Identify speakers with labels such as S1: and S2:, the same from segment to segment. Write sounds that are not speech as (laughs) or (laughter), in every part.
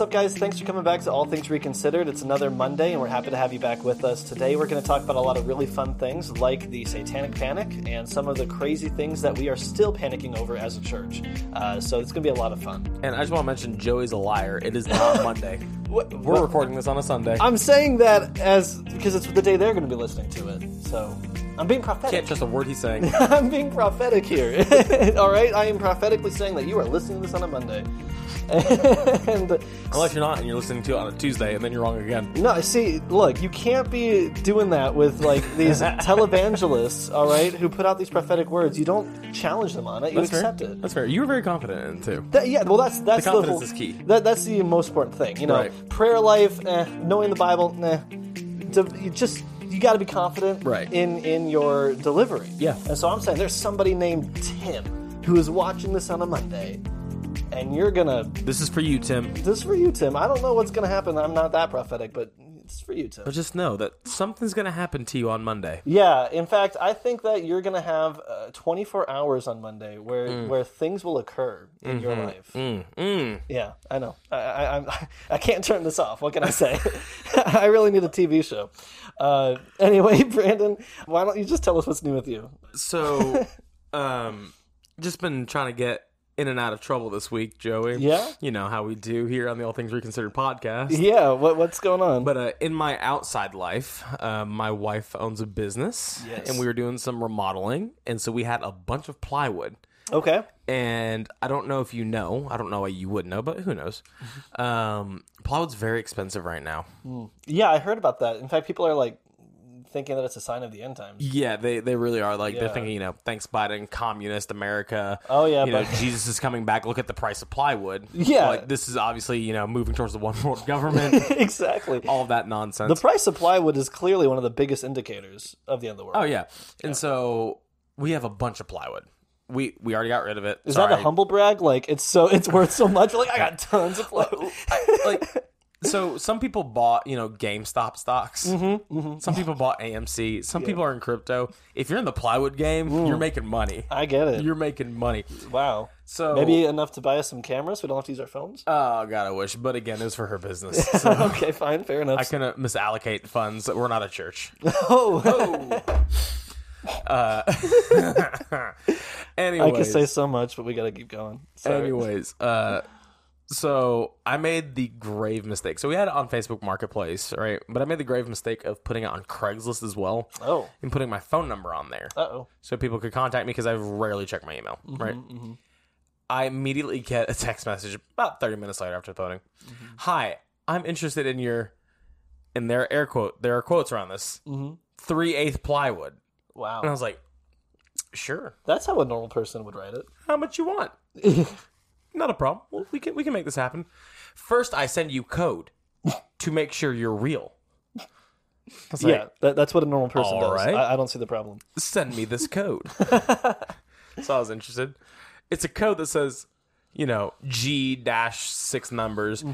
S1: up, guys? Thanks for coming back to All Things Reconsidered. It's another Monday, and we're happy to have you back with us. Today, we're going to talk about a lot of really fun things like the satanic panic and some of the crazy things that we are still panicking over as a church. Uh, so, it's going to be a lot of fun.
S2: And I just want to mention Joey's a liar. It
S1: (laughs)
S2: is not Monday.
S1: What-
S2: We're recording this on a Sunday.
S1: I'm saying that as because it's the day they're going to be listening to it. So, I'm being prophetic.
S2: can't trust a word he's saying.
S1: (laughs) I'm being prophetic here. (laughs) All right, I am prophetically saying that you are listening to this on a Monday. (laughs) and
S2: Unless you're not and you're listening to it on a Tuesday and then you're wrong again.
S1: no, see, look, you can't be doing that with like
S2: (laughs)
S1: these televangelists, all right, who put out these prophetic words. You don't challenge them on it; you accept
S2: fair.
S1: it.
S2: That's fair. You were very confident in it too.
S1: That- yeah, well, that's that's the,
S2: confidence
S1: whole-
S2: is key.
S1: That, that's the most important thing, you know.
S2: Right.
S1: Prayer life, eh, knowing the Bible, nah. To- you just you got to be confident
S2: Right.
S1: in in your delivery.
S2: Yeah.
S1: and so I'm saying there's somebody named Tim who is watching this on a Monday, and you're gonna
S2: This is for you, Tim.
S1: this is for you, Tim. I don't know what's gonna happen. I'm not that prophetic, but it's for you, Tim.
S2: But just know that something's going to happen to you on Monday.
S1: Yeah, in fact, I think that you're going to have uh, 24 hours on Monday where
S2: Mm.
S1: where things will occur in your
S2: Mm-hmm.
S1: life. Yeah, I know. I, I I'm- (laughs) I can't turn this off. What can I say? (laughs) I really need a TV show. Uh, anyway, (laughs) Brandon, why don't you just tell us what's new with you? (laughs)
S2: So, um, just been trying to get in and out of trouble this week, Joey.
S1: Yeah?
S2: You know how we do here on the All Things Reconsidered podcast.
S1: Yeah, what what's going on?
S2: But uh, in my outside life, uh, my wife owns a business,
S1: Yes.
S2: and we were doing some remodeling, and so we had a bunch of plywood.
S1: okay.
S2: And I don't know if you know, I don't know why you would know, but who (laughs) knows? Um, plywood's very expensive right now.
S1: Yeah, I heard about that. In fact, people are like thinking that it's a sign of the end times. (laughs)
S2: Yeah, they, they really are. Like
S1: Yeah.
S2: they're thinking, you know, thanks Biden, communist America.
S1: Oh, yeah,
S2: you know, (laughs)
S1: but-
S2: Jesus is coming back. Look at the price of plywood.
S1: Yeah.
S2: like this is obviously you know moving towards the one world (laughs) government.
S1: exactly.
S2: all of that nonsense.
S1: The price of plywood is clearly one of the biggest indicators of the end of the world.
S2: Oh yeah. And so we have a bunch of plywood. We we already got rid of it.
S1: Is that a humble brag? Like it's so it's worth so much. Like I got tons of
S2: (laughs)
S1: plywood.
S2: like so some people bought, you know, GameStop stocks.
S1: Mm-hmm,
S2: Some people bought AMC. Some people are in crypto. If you're in the plywood game, you're making money.
S1: I get it.
S2: You're making money.
S1: wow.
S2: So
S1: Maybe enough to buy us some cameras. We don't have to use our phones.
S2: Oh god, I wish. But again, it was for her business.
S1: (laughs)
S2: So
S1: okay, fine, fair enough.
S2: Uh-huh.
S1: (laughs)
S2: I couldn't misallocate funds. We're not a church.
S1: oh,
S2: Anyways.
S1: (laughs) I could say so much, but we gotta keep going. Sorry.
S2: Anyways, uh, so I made the grave mistake. So we had it on Facebook Marketplace, right? But I made the grave mistake of putting it on Craigslist as well,
S1: Oh,
S2: and putting my phone number on there
S1: uh oh.
S2: so people could contact me because I rarely check my email, right? I immediately get a text message about thirty minutes later after voting. Hi, I'm interested in your, and there are air quote there are quotes around this three eighth plywood, and
S1: Wow,
S2: I was like, sure,
S1: that's how a normal person would write it.
S2: how much you want. Not a problem. Well, we can we can make this happen. First, I send you code to make sure you're real. I was like,
S1: yeah, that, that's what a normal person
S2: All
S1: does.
S2: right.
S1: I, I don't see the problem. (laughs)
S2: Send me this code. (laughs) so I was interested. It's a code that says, you know, G dash six numbers.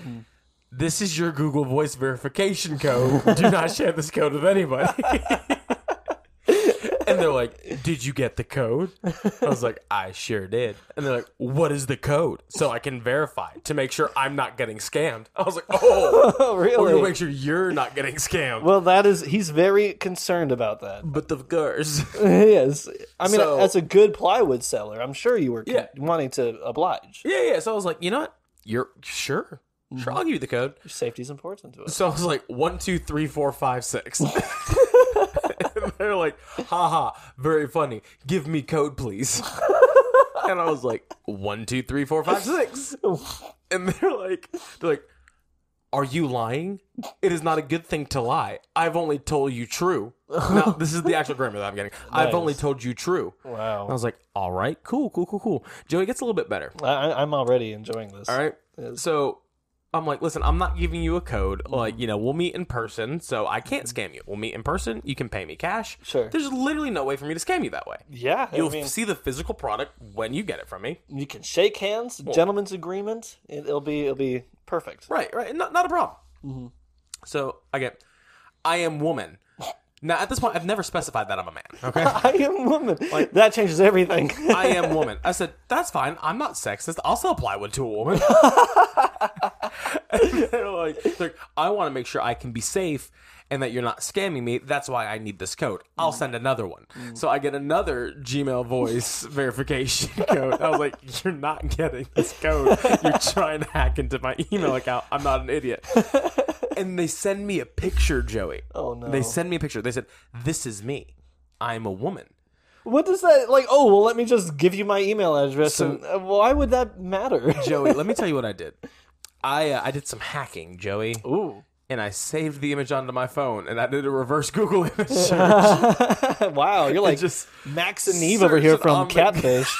S2: This is your Google Voice verification code. Do not share this code with anybody. (laughs) and they're like, "Did you get the code?" I was like, "I sure did." And they're like, "What is the code?" So I can verify to make sure I'm not getting scammed. I was like,
S1: (laughs)
S2: "Oh,
S1: Oh,
S2: we're
S1: really?
S2: gonna make sure you're not getting scammed."
S1: well, that is he's very concerned about that.
S2: (laughs) but the girls,
S1: yes, I mean,
S2: So-
S1: as a good plywood seller, I'm sure you were con-
S2: Yeah.
S1: wanting to oblige.
S2: yeah, yeah. So I was like, "You know what? You're sure, sure. I'll give you the code."
S1: Safety's important to us.
S2: Mm-hmm. So I was like, one, two, three, four, five, (laughs) six. and they're like, haha, very funny. Give me code, (laughs) please. and I was like, one, two, three, four, five, six. And they're like, they're like, are you lying? It is not a good thing to lie. I've only told you true. Now, (laughs) this is the actual grammar that I'm getting. I've only told you true.
S1: Wow.
S2: I was like, all right, cool, cool, cool, cool. Joey gets a little bit better.
S1: I- I, I'm already enjoying this.
S2: All right. So I'm like, listen, I'm not giving you a code. Like, you know, we'll meet in person, so I can't scam you. We'll meet in person. You can pay me cash.
S1: Mm-hmm. Sure.
S2: There's literally no way for me to scam you that way.
S1: Yeah, I
S2: You'll
S1: mean,
S2: see the physical product when you get it from me.
S1: you can shake hands, gentleman's agreement. It, it'll be it'll be perfect.
S2: Right, right. Not, not a problem.
S1: Mm-hmm.
S2: So I get, I am
S1: (laughs)
S2: woman. Now, at this point, I've never specified that I'm a man.
S1: (laughs)
S2: Okay.
S1: I am woman. that changes everything.
S2: I am woman. I said, that's fine. I'm not sexist. I'll sell plywood to a woman. And they're like, they're like, I want to make sure I can be safe and that you're not scamming me. That's why I need this code. I'll
S1: Mm.
S2: send another one. So I get another Gmail voice (laughs) verification code. I was like, you're not getting this code. You're trying to hack into my email account. I'm not an idiot. And they send me a picture, Joey.
S1: Oh, no.
S2: They send me a picture. They said, This is me. I'm a woman.
S1: (laughs) What does that like? Oh well, let me just give you my email address.
S2: So-
S1: and, uh, why would that (laughs) matter?
S2: Joey, let me tell you what I did. I uh, I did some hacking, Joey,
S1: Ooh,
S2: and I saved the image onto my phone, and I did a reverse Google (laughs) image search.
S1: wow, you're like
S2: just
S1: just Max and Eve over here
S2: searched
S1: from
S2: on
S1: (laughs)
S2: the-
S1: Catfish.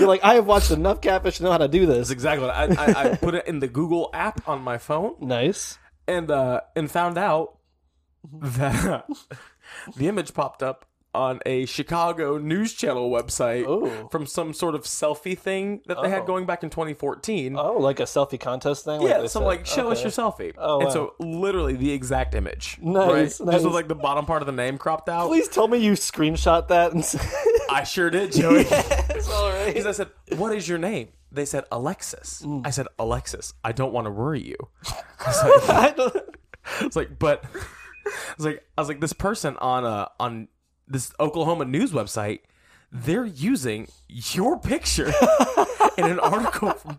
S1: you're like, I have watched enough Catfish to know how to do this.
S2: That's exactly what I, I, I put it in the Google app on my phone,
S1: Nice.
S2: and uh, and found out that (laughs) the image popped up on a Chicago news channel website
S1: Ooh.
S2: from some sort of selfie thing that they
S1: Oh.
S2: had going back in 2014.
S1: Oh, like a selfie contest thing.
S2: Yeah,
S1: they
S2: so
S1: said.
S2: I'm like, show us
S1: Okay.
S2: your selfie.
S1: Oh,
S2: and
S1: wow.
S2: so literally the exact image.
S1: Nice,
S2: right?
S1: nice.
S2: Just with like the bottom part of the name cropped out.
S1: Please tell me you screenshot that. (laughs) And...
S2: I
S1: (laughs)
S2: sure did, Joey.
S1: it's all
S2: (laughs)
S1: right. Mm.
S2: Because I said, What is your name? They said, Alexis. I said, Alexis, I don't want to worry you. (laughs)
S1: I don't-
S2: It's like, but (laughs) I was like, I was like, this person on uh on this Oklahoma news website, they're using your
S1: (laughs)
S2: picture in an article from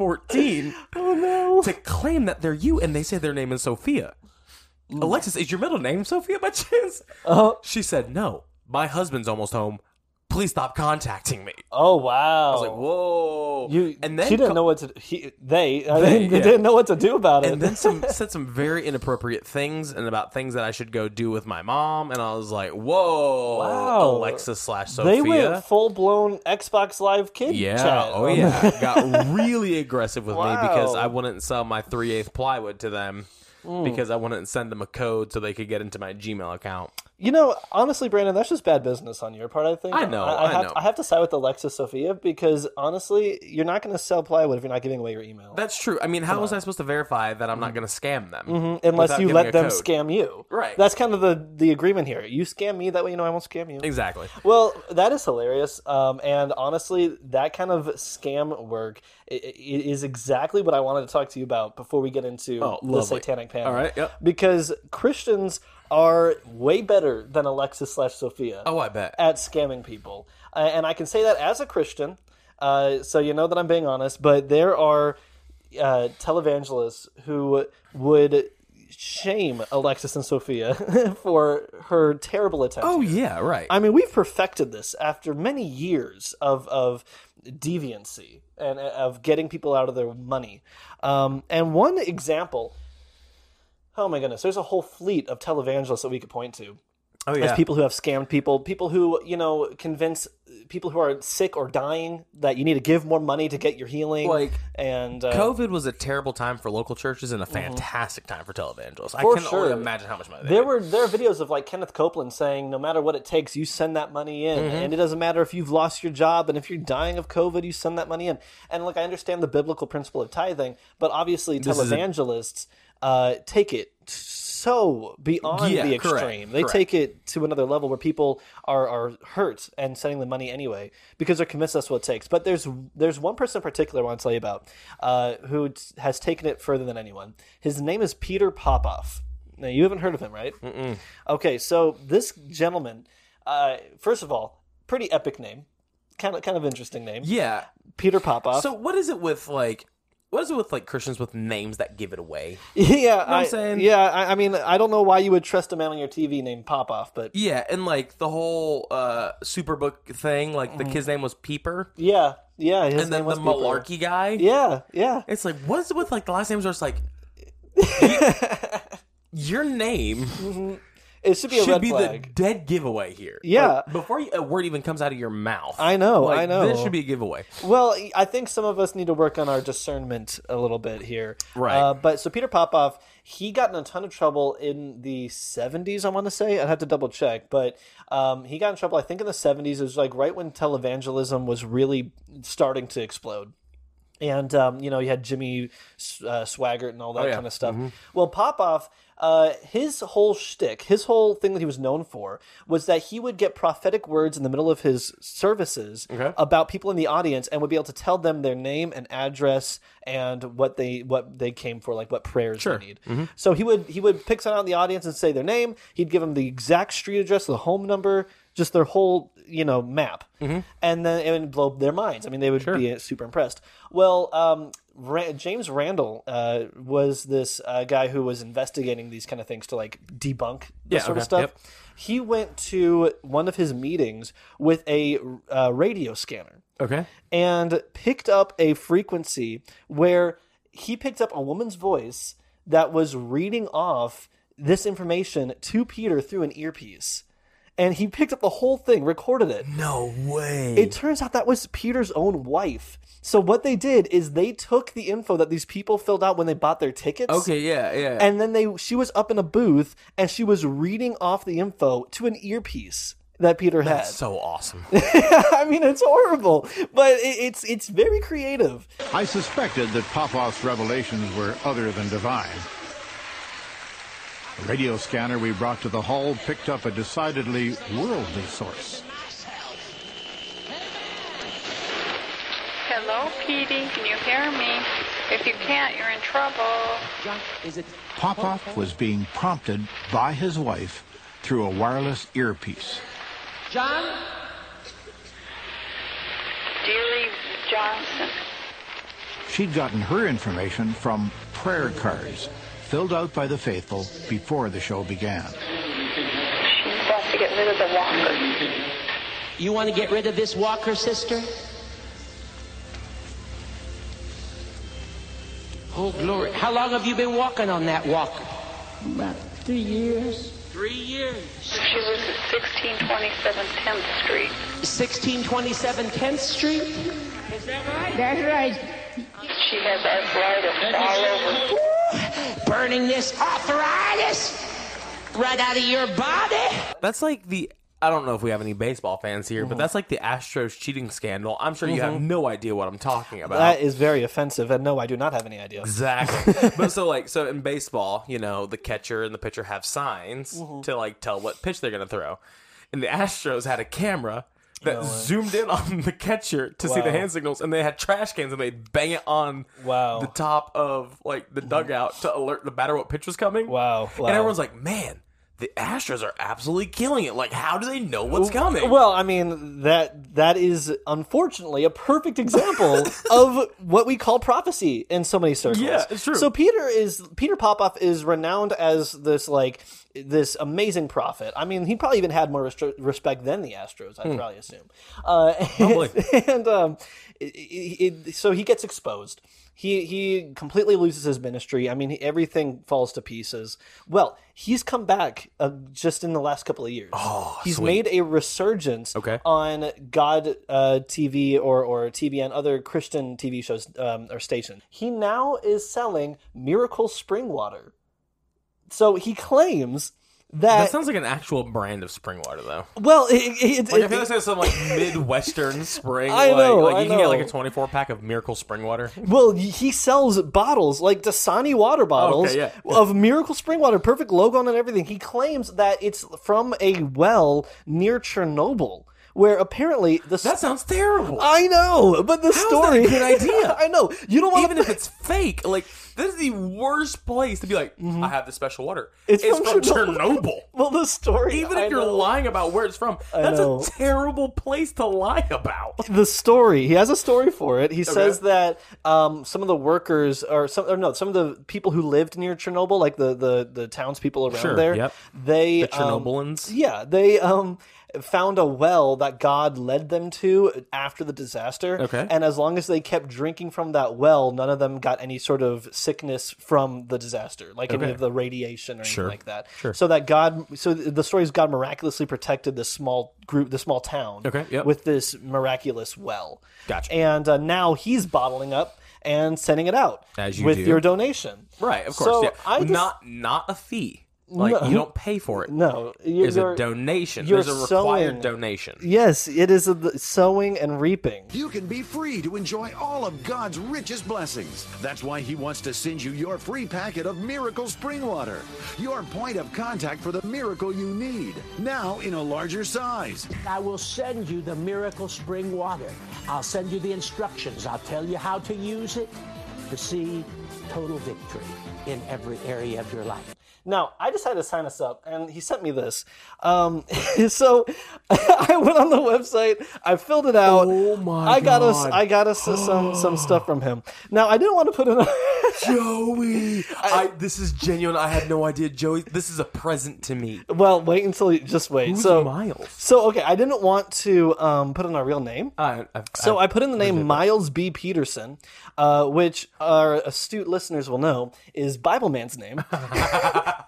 S2: 2014
S1: oh no.
S2: to claim that they're you, and they say their name is Sophia.
S1: Mm.
S2: Alexis, is your middle name Sophia by chance?
S1: Oh,
S2: She said, No, my husband's almost home. Please stop contacting me.
S1: oh wow.
S2: I was like, whoa.
S1: You,
S2: and then
S1: she didn't
S2: co-
S1: know what to. He, they, I
S2: They,
S1: mean,
S2: yeah.
S1: they didn't know what to do about it.
S2: and then some (laughs) said some very inappropriate things and about things that I should go do with my mom. And I was like, whoa,
S1: Wow.
S2: Alexa slash Sophia.
S1: they went full blown Xbox Live kid.
S2: yeah,
S1: chat. Um,
S2: oh yeah, got
S1: (laughs)
S2: really aggressive with me because
S1: Wow. Hmm.
S2: I wouldn't sell my three eighth plywood to them because I wouldn't send them a code so they could get into my Gmail account.
S1: You know, honestly, Brandon, that's just bad business on your part. I think.
S2: I know,
S1: I,
S2: I
S1: have,
S2: know.
S1: I have to side with Alexa Sophia because honestly, you're not going to sell plywood if you're not giving away your email,
S2: That's true. I mean, how was I supposed to verify that
S1: Hmm.
S2: I'm not going to scam them
S1: unless
S2: without
S1: you
S2: giving a
S1: let them
S2: code?
S1: scam you.
S2: Right.
S1: That's kind of the the agreement here. You scam me, that way you know I won't scam you.
S2: Exactly.
S1: Well, that is hilarious. Um, and honestly, that kind of scam work i- i- is exactly what I wanted to talk to you about before we get into
S2: Oh,
S1: the
S2: lovely.
S1: satanic panic.
S2: All right, yep.
S1: Because Christians are way better than Alexis slash Sophia
S2: Oh, I bet.
S1: at scamming people. Uh, and I can say that as a Christian. Uh, so you know that I'm being honest, but there are uh, televangelists who would shame Alexis and Sophia (laughs) for her terrible attempt.
S2: Oh yeah, right.
S1: I mean, we've perfected this after many years of of deviancy and uh, of getting people out of their money. Um, and one example, oh my goodness, there's a whole fleet of televangelists that we could point to
S2: oh yeah.
S1: as people who have scammed people, people who you know convince people who are sick or dying that you need to give more money to get your healing.
S2: Like,
S1: and uh,
S2: COVID was a terrible time for local churches and a fantastic time Mm-hmm. for televangelists. I can
S1: sure.
S2: only imagine how much money they
S1: There were there are videos of like Kenneth Copeland saying, no matter what it takes, you send that money in,
S2: Mm-hmm.
S1: and it doesn't matter if you've lost your job and if you're dying of COVID, you send that money in. And look, I understand the biblical principle of tithing, but obviously
S2: is a-
S1: televangelists uh, take it so beyond
S2: Yeah,
S1: the
S2: correct,
S1: extreme. they
S2: correct.
S1: take it to another level where people are are hurt and sending the money anyway because they're convinced that's what it takes. But there's there's one person in particular I want to tell you about uh, who t- has taken it further than anyone. His name is Peter Popoff. Now you haven't heard of him, right? Okay, so this gentleman, uh, first of all, pretty epic name, kind of kind of interesting name,
S2: Yeah.
S1: Peter Popoff.
S2: So what is it with like what is it with like Christians with names that give it away?
S1: (laughs) yeah, I,
S2: I'm saying?
S1: yeah. I, I mean, I don't know why you would trust a man on your TV named Popoff, but
S2: Yeah, and like the whole uh Superbook thing, like the kid's name was Peeper,
S1: yeah, yeah. His
S2: and
S1: name
S2: then the
S1: was Peter.
S2: malarkey guy.
S1: Yeah, yeah.
S2: It's like what is it with like the last names are just (laughs) like your name
S1: It should be a
S2: should
S1: red
S2: be
S1: flag.
S2: the dead giveaway here.
S1: Yeah.
S2: Like, before you, a word even comes out of your mouth.
S1: I know,
S2: Like,
S1: I know.
S2: This should be a giveaway.
S1: Well, I think some of us need to work on our discernment a little bit here.
S2: Right.
S1: Uh, but so Peter Popoff, he got in a ton of trouble in the 70s, I want to say. I'd have to double check. But um, he got in trouble, I think, in the 70s. It was like right when televangelism was really starting to explode. And, um, you know, you had Jimmy S- uh, Swaggart and all that
S2: Oh, yeah. Mm-hmm.
S1: kind of stuff. Well, Popoff. uh, his whole shtick, his whole thing that he was known for, was that he would get prophetic words in the middle of his services
S2: Okay.
S1: about people in the audience and would be able to tell them their name and address and what they what they came for, like what prayers they need.
S2: Mm-hmm.
S1: So he would he would pick someone out in the audience and say their name. He'd give them the exact street address, the home number, just their whole you know map,
S2: Mm-hmm.
S1: and then it would blow their minds. I mean, they would be super impressed. Well, um, Ra- James Randall uh, was this uh, guy who was investigating these kind of things to like debunk this
S2: Yeah,
S1: sort
S2: okay,
S1: of stuff.
S2: yep.
S1: He went to one of his meetings with a uh, radio scanner
S2: Okay.
S1: and picked up a frequency where he picked up a woman's voice that was reading off this information to Peter through an earpiece. And he picked up the whole thing, recorded it.
S2: No way.
S1: It turns out that was Peter's own wife. So what they did is they took the info that these people filled out when they bought their tickets.
S2: okay. Yeah. Yeah.
S1: And then they she was up in a booth and she was reading off the info to an earpiece that Peter had. (laughs)
S2: so awesome.
S1: I mean, it's horrible, but it, it's it's very creative.
S3: I suspected that Popoff's revelations were other than divine. The radio scanner we brought to the hall picked up a decidedly worldly source.
S4: Hello, Petey. Can you hear me? If you can't, you're in trouble.
S3: Popoff was being prompted by his wife through a wireless earpiece.
S4: Deary Johnson.
S3: She'd gotten her information from prayer cards filled out by the faithful before the show began.
S4: She's about to get rid of the walker.
S5: You want to get rid of this walker, sister? Oh, glory. How long have you been walking on that walker?
S6: About three years.
S5: Three years.
S4: She lives at 1627 10th Street.
S5: 1627 10th Street? Is that right?
S6: That's right.
S4: She has arthritis all over.
S5: Burning this arthritis right out of your body?
S2: That's like the. I don't know if we have any baseball fans here,
S1: Mm-hmm.
S2: but that's like the Astros cheating scandal. I'm sure you have no idea what I'm talking about.
S1: That is very offensive, and no, I do not have any idea. (laughs)
S2: Exactly. but so like so in baseball, you know, the catcher and the pitcher have signs
S1: Mm-hmm.
S2: to like tell what pitch they're gonna throw. And the Astros had a camera that zoomed in on the catcher to see the
S1: Wow.
S2: hand signals and they had trash cans and they'd bang it on
S1: Wow.
S2: the top of like the dugout to alert the batter what pitch was coming.
S1: Wow, wow.
S2: And everyone's like, Man, the Astros are absolutely killing it. Like, how do they know what's coming?
S1: Well, I mean that that is unfortunately a perfect
S2: (laughs)
S1: example of what we call prophecy in so many circles.
S2: Yeah, it's true.
S1: So Peter is Peter Popoff is renowned as this like this amazing prophet. I mean, he probably even had more restri- respect than the Astros.
S2: Hmm.
S1: I would probably assume. Uh, (laughs) and um, it, it, it- so he gets exposed. He he completely loses his ministry. I mean, everything falls to pieces. Well, he's come back uh, just in the last couple of years. Oh, he's made a resurgence
S2: Okay.
S1: on God uh, TV or or TBN, other Christian TV shows um, or stations. He now is selling Miracle Spring Water. So he claims that,
S2: that sounds like an actual brand of spring water though.
S1: well, it, it,
S2: Like, I
S1: it-
S2: feel like there's some like (laughs) midwestern spring.
S1: I
S2: like,
S1: know,
S2: like,
S1: I
S2: you can get like
S1: know.
S2: a 24 pack of Miracle Spring Water.
S1: Well, y- he sells bottles like Dasani water bottles
S2: Okay, yeah.
S1: of Miracle Spring Water, perfect logo on it and everything. He claims that it's from a well near Chernobyl, where apparently the
S2: (laughs) That sounds terrible.
S1: I know, but the
S2: is that
S1: story
S2: a good idea?
S1: (laughs) I know you don't want
S2: (laughs) Even if it's fake, like this is the worst place to be like, I have this special water.
S1: It's
S2: Mm-hmm. it's
S1: from
S2: from
S1: Chernobyl.
S2: (laughs) Chernobyl.
S1: (laughs) well the story.
S2: Even
S1: I
S2: if you're
S1: know.
S2: lying about where it's from, that's
S1: know.
S2: a terrible place to lie (laughs) about.
S1: the story. He has a story for it. He says that um, some of the workers, or some, or no, some of the people who lived near Chernobyl, like the the the townspeople around
S2: Sure,
S1: there,
S2: yep.
S1: they
S2: The
S1: um,
S2: Chernobylans.
S1: yeah, they um, found a well that God led them to after the disaster.
S2: Okay.
S1: and as long as they kept drinking from that well, none of them got any sort of sickness from the disaster, like any
S2: Okay.
S1: of the radiation or anything like that.
S2: sure.
S1: So that God, so the story is God miraculously protected this small group, this small town.
S2: Okay, yep.
S1: with this miraculous well.
S2: Gotcha.
S1: And uh, now he's bottling up and sending it out
S2: As you
S1: with
S2: do.
S1: your donation.
S2: Right, of
S1: So
S2: course. yeah.
S1: I just,
S2: not not a fee. Like
S1: No.
S2: you don't pay for it.
S1: No, you're,
S2: There's a donation.
S1: you're
S2: There's a required
S1: sowing.
S2: donation.
S1: Yes, it is a, sowing and reaping.
S7: You can be free to enjoy all of God's richest blessings. That's why He wants to send you your free packet of Miracle Spring Water, your point of contact for the miracle you need, now in a larger size.
S5: I will send you the miracle spring water. I'll send you the instructions. I'll tell you how to use it to see total victory in every area of your life.
S1: Now, I decided to sign us up, and he sent me this. Um, (laughs) so I went on the website, I filled it out.
S2: Oh my
S1: I got us,
S2: God.
S1: I got us some
S2: (gasps)
S1: some stuff from him. Now, I didn't want to put in.
S2: Joey, I, this is genuine. I had no idea, Joey. This is a present to me.
S1: (laughs) Well, wait until you just wait.
S2: Who's
S1: so
S2: Miles?
S1: So okay, I didn't want to um, put in our real name.
S2: I, I,
S1: So I put in the name Miles B. Peterson, uh, which our astute listeners will know is Bible Man's
S2: (laughs)
S1: name. and I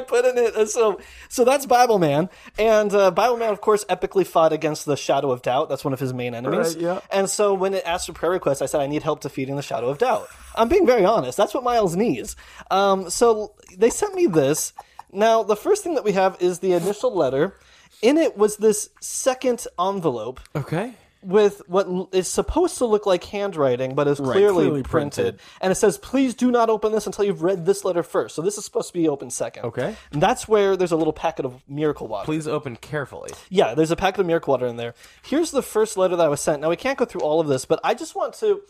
S1: put in it uh, so so that's Bible Man, and uh, Bible Man, of course, epically fought against the Shadow of Doubt. That's one of his main enemies.
S2: Right, yeah.
S1: And so when it asked for prayer requests, I said I need help defeating the Shadow of Doubt. I'm being very honest. That's what Miles needs. Um, so they sent me this. Now the first thing that we have is the initial letter. In it was this second envelope
S2: okay.
S1: with what l- is supposed to look like handwriting, but is clearly,
S2: clearly
S1: printed.
S2: printed.
S1: And it says, "Please do not open this until you've read this letter first. So this is supposed to be open second.
S2: Okay.
S1: And that's where there's a little packet of miracle water.
S2: Please open carefully.
S1: Yeah, there's a packet of miracle water in there. Here's the first letter that was sent. Now we can't go through all of this, but I just want to.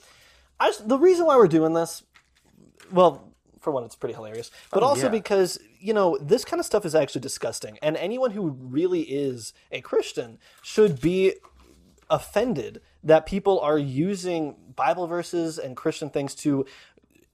S1: I just, the reason why we're doing this, well, for one, it's pretty hilarious, but also
S2: yeah.
S1: because you know this kind of stuff is actually disgusting, and anyone who really is a Christian should be offended that people are using Bible verses and Christian things to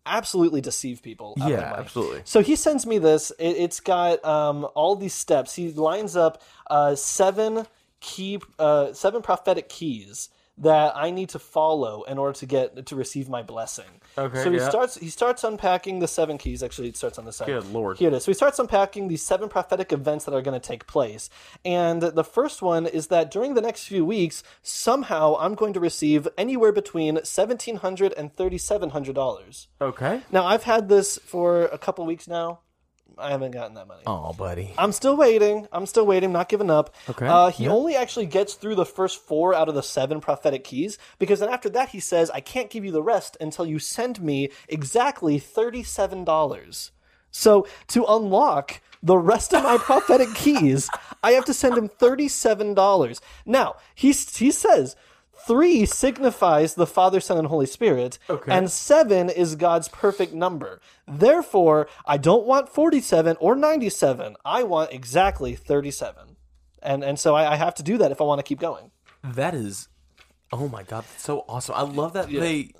S1: absolutely deceive people. out of their
S2: Yeah,
S1: money.
S2: absolutely.
S1: So he sends me this. It, it's got um, all these steps. He lines up uh, seven key, uh, seven prophetic keys that I need to follow in order to get to receive my blessing.
S2: Okay,
S1: So he
S2: yeah.
S1: starts. He starts unpacking the seven keys. Actually, it starts on the side.
S2: Good lord.
S1: Here it is. So he starts unpacking these seven prophetic events that are going to take place. And the first one is that during the next few weeks, somehow I'm going to receive anywhere between seventeen hundred and thirty seven hundred dollars.
S2: Okay.
S1: Now I've had this for a couple weeks now. I haven't gotten that money.
S2: Oh, buddy.
S1: I'm still waiting. I'm still waiting. Not giving up.
S2: Okay,
S1: Uh, he
S2: yeah.
S1: only actually gets through the first four out of the seven prophetic keys because then after that he says, "I can't give you the rest until you send me exactly thirty-seven dollars." So to unlock the rest
S2: (laughs)
S1: of my prophetic keys, I have to send him thirty-seven dollars. Now he s- he says. Three signifies the Father, Son, and Holy Spirit, and seven is God's perfect number. Therefore, I don't want forty-seven or ninety-seven. I want exactly thirty-seven, and and so I, I have to do that if I want to keep going.
S2: That is, oh my god, that's so awesome! I love that they,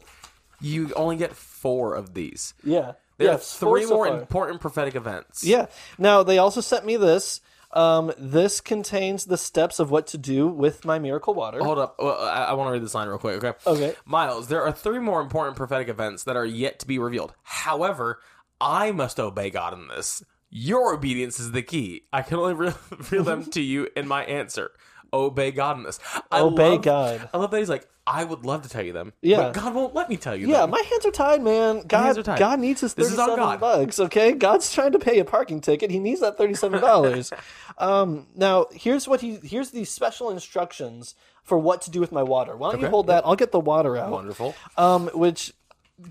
S2: you only get four of these.
S1: Yeah,
S2: They
S1: yeah,
S2: have
S1: four
S2: three
S1: so
S2: more
S1: far.
S2: important prophetic events.
S1: Yeah. Now they also sent me this. Um, this contains the steps of what to do with my miracle water.
S2: Hold up, well, I, I want to read this line real quick. Okay.
S1: Okay.
S2: Miles, there are three more important prophetic events that are yet to be revealed. However, I must obey God in this. Your obedience is the key. I can only (laughs) re- reveal them to you in my answer. Obey God in this. I
S1: Obey
S2: love-
S1: God.
S2: I love that he's like, I would love to tell you them.
S1: Yeah.
S2: But God won't let me tell you
S1: yeah,
S2: them.
S1: my hands are tied, man. God,
S2: hands are tied.
S1: God needs his
S2: This is on
S1: thirty-seven
S2: God.
S1: bucks. Okay, God's trying to pay a parking ticket. He needs that thirty-seven
S2: (laughs)
S1: dollars. um, now here's what he here's the special instructions for what to do with my water. Why don't you hold that? I'll get the water out.
S2: (laughs) Wonderful.
S1: Um, which,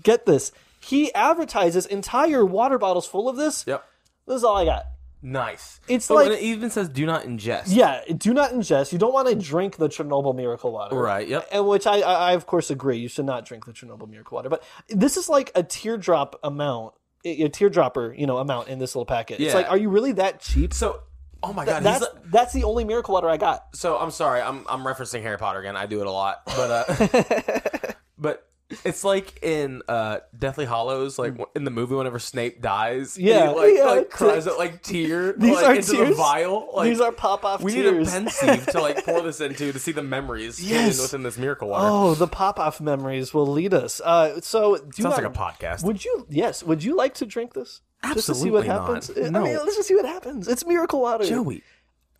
S1: get this. He advertises entire water bottles full of this.
S2: Yep.
S1: This is all I got.
S2: Nice.
S1: It's
S2: but when
S1: like-
S2: it even says do not ingest.
S1: Yeah, do not ingest. You don't want to drink the Chernobyl miracle water.
S2: Right, yep.
S1: And which I, I, I of course agree. You should not drink the Chernobyl miracle water. But this is like a teardrop amount, a a teardropper, you know, amount in this little packet. It's
S2: Yeah.
S1: like, are you really that cheap?
S2: So, oh my god, he's
S1: That's
S2: like-
S1: that's the only miracle water I got.
S2: so I'm sorry, I'm I'm referencing Harry Potter again. I do it a lot, but uh,
S1: (laughs)
S2: but it's like in uh, Deathly Hollows, like w- in the movie whenever Snape dies, and
S1: Mm. Yeah,
S2: he, like,
S1: yeah,
S2: like
S1: t-
S2: cries out
S1: (laughs)
S2: like tear,
S1: These
S2: like,
S1: are
S2: into the
S1: tears?
S2: vial. Like,
S1: These are pop-off
S2: We need a
S1: tears. (laughs)
S2: pensieve to like pour this into to see the memories hidden
S1: Yes.
S2: within this miracle water.
S1: Oh, the pop off memories will lead us. Uh, so do
S2: Sounds
S1: not-
S2: like a podcast.
S1: Would you? Yes. Would you like to drink this? Just to see
S2: Absolutely
S1: what
S2: not.
S1: happens. I
S2: No.
S1: mean, let's just see what happens. It's miracle water.
S2: Joey.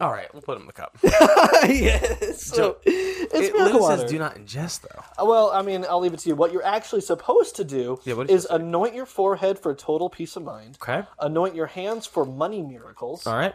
S2: All right, we'll put it in the cup.
S1: (laughs) yes. So, it's
S2: it
S1: miracle
S2: literally
S1: water.
S2: says do not ingest though.
S1: Well, I mean, I'll leave it to you. What you're actually supposed to do
S2: Yeah, what is
S1: is anoint your forehead for total peace of mind.
S2: Okay.
S1: Anoint your hands for money miracles.
S2: All right.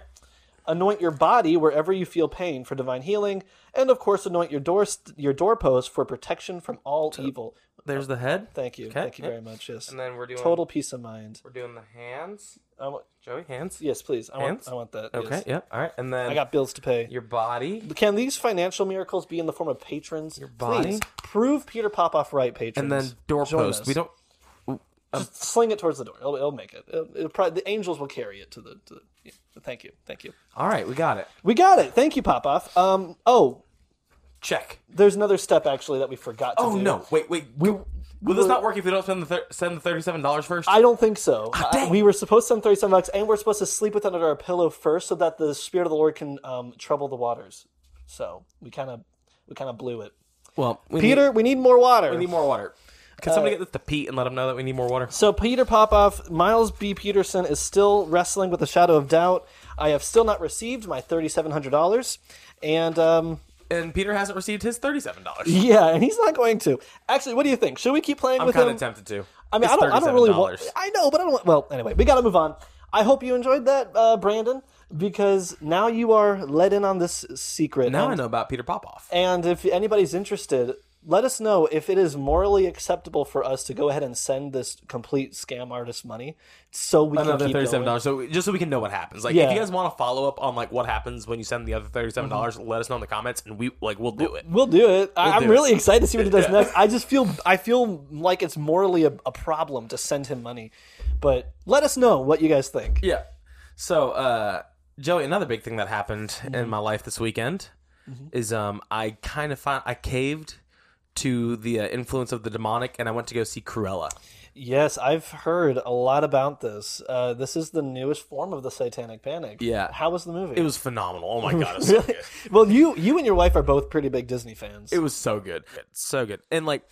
S1: Anoint your body wherever you feel pain for divine healing, and of course, anoint your door your doorpost for protection from all evil.
S2: There's the head.
S1: Thank you.
S2: Okay,
S1: Thank you
S2: yeah.
S1: very much. Yes.
S2: And then we're doing
S1: total peace of mind.
S2: We're doing the hands.
S1: I want,
S2: Joey hands.
S1: yes, please. I want,
S2: Hands?
S1: I want that.
S2: Okay.
S1: yes.
S2: Yep. All right. And then
S1: I got bills to pay.
S2: your body.
S1: Can these financial miracles be in the form of patrons? Your
S2: body?
S1: Please prove Peter Popoff right, patrons.
S2: And then
S1: Join
S2: doorpost.
S1: us.
S2: We don't.
S1: Just sling it towards the door. It'll, it'll make it. It'll, it'll probably, the angels will carry it to the. To the yeah. Thank you. Thank you.
S2: All right. We got it.
S1: We got it. Thank you, Popoff. Um. Oh,
S2: Check.
S1: there's another step actually that we forgot to
S2: Oh
S1: do.
S2: no! Wait, wait. We, will this not work if we don't send the thir- send the thirty-seven dollars first?
S1: I don't think so. I-
S2: Ah, dang.
S1: we were supposed to send 37 bucks, and we're supposed to sleep with it under our pillow first, so that the spirit of the Lord can um, trouble the waters. So we kind of we kind of blew it.
S2: well, we
S1: Peter, we need more water.
S2: need, we need more water. Can somebody get this to Pete and let him know that we need more water?
S1: So Peter Popoff, Miles B. Peterson is still wrestling with the shadow of doubt. I have still not received my thirty-seven hundred dollars, and um, (laughs)
S2: And Peter hasn't received his thirty-seven dollars.
S1: yeah, and he's not going to. Actually, what do you think? Should we keep playing
S2: I'm
S1: with
S2: kind
S1: him?
S2: of tempted to.
S1: I mean,
S2: It's
S1: I don't. I don't really want.
S2: $37.
S1: I know, but I don't. want Well, anyway, we got to move on. I hope you enjoyed that, uh, Brandon, because now you are let in on this secret.
S2: Now
S1: and,
S2: I know about Peter Popoff.
S1: And if anybody's interested, let us know if it is morally acceptable for us to go ahead and send this complete scam artist money, so we
S2: Another
S1: can keep
S2: thirty-seven
S1: going.
S2: dollars, so just so we can know what happens. Like,
S1: Yeah.
S2: if you guys want to follow up on like what happens when you send the other thirty-seven dollars, let us know in the comments, and we like we'll do it.
S1: Mm-hmm. We'll do it. I, I'm
S2: do it.
S1: really excited to see what he does next. I just feel I feel like it's morally a, a problem to send him money, but let us know what you guys think.
S2: Yeah. So, uh, Joey, another big thing that happened in my life this weekend is um, I kind of found I caved to the uh, influence of the demonic, and I went to go see Cruella.
S1: Yes, I've heard a lot about this. Uh, this is the newest form of the Satanic Panic.
S2: Yeah.
S1: How was the movie? (laughs)
S2: It was phenomenal. Oh my god, it was so good.
S1: well, you you and your wife are both pretty big Disney fans.
S2: It was so good, so good, and like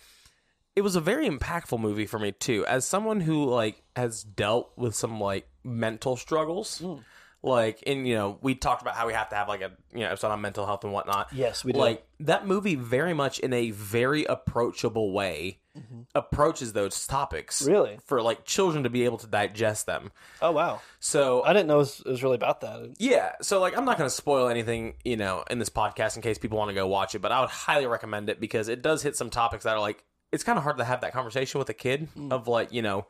S2: it was a very impactful movie for me too. As someone who like has dealt with some like mental struggles.
S1: Mm.
S2: Like and you know we talked about how we have to have like a you know episode on mental health and whatnot.
S1: Yes, we do.
S2: Like that movie very much in a very approachable way approaches those topics
S1: Mm-hmm. Really?
S2: for like children to be able to digest them.
S1: oh wow,
S2: So
S1: I didn't know it was, it was really about that.
S2: yeah, so like I'm not going to spoil anything, you know, in this podcast in case people want to go watch it, but I would highly recommend it because it does hit some topics that are like it's kind of hard to have that conversation with a kid of like, you know,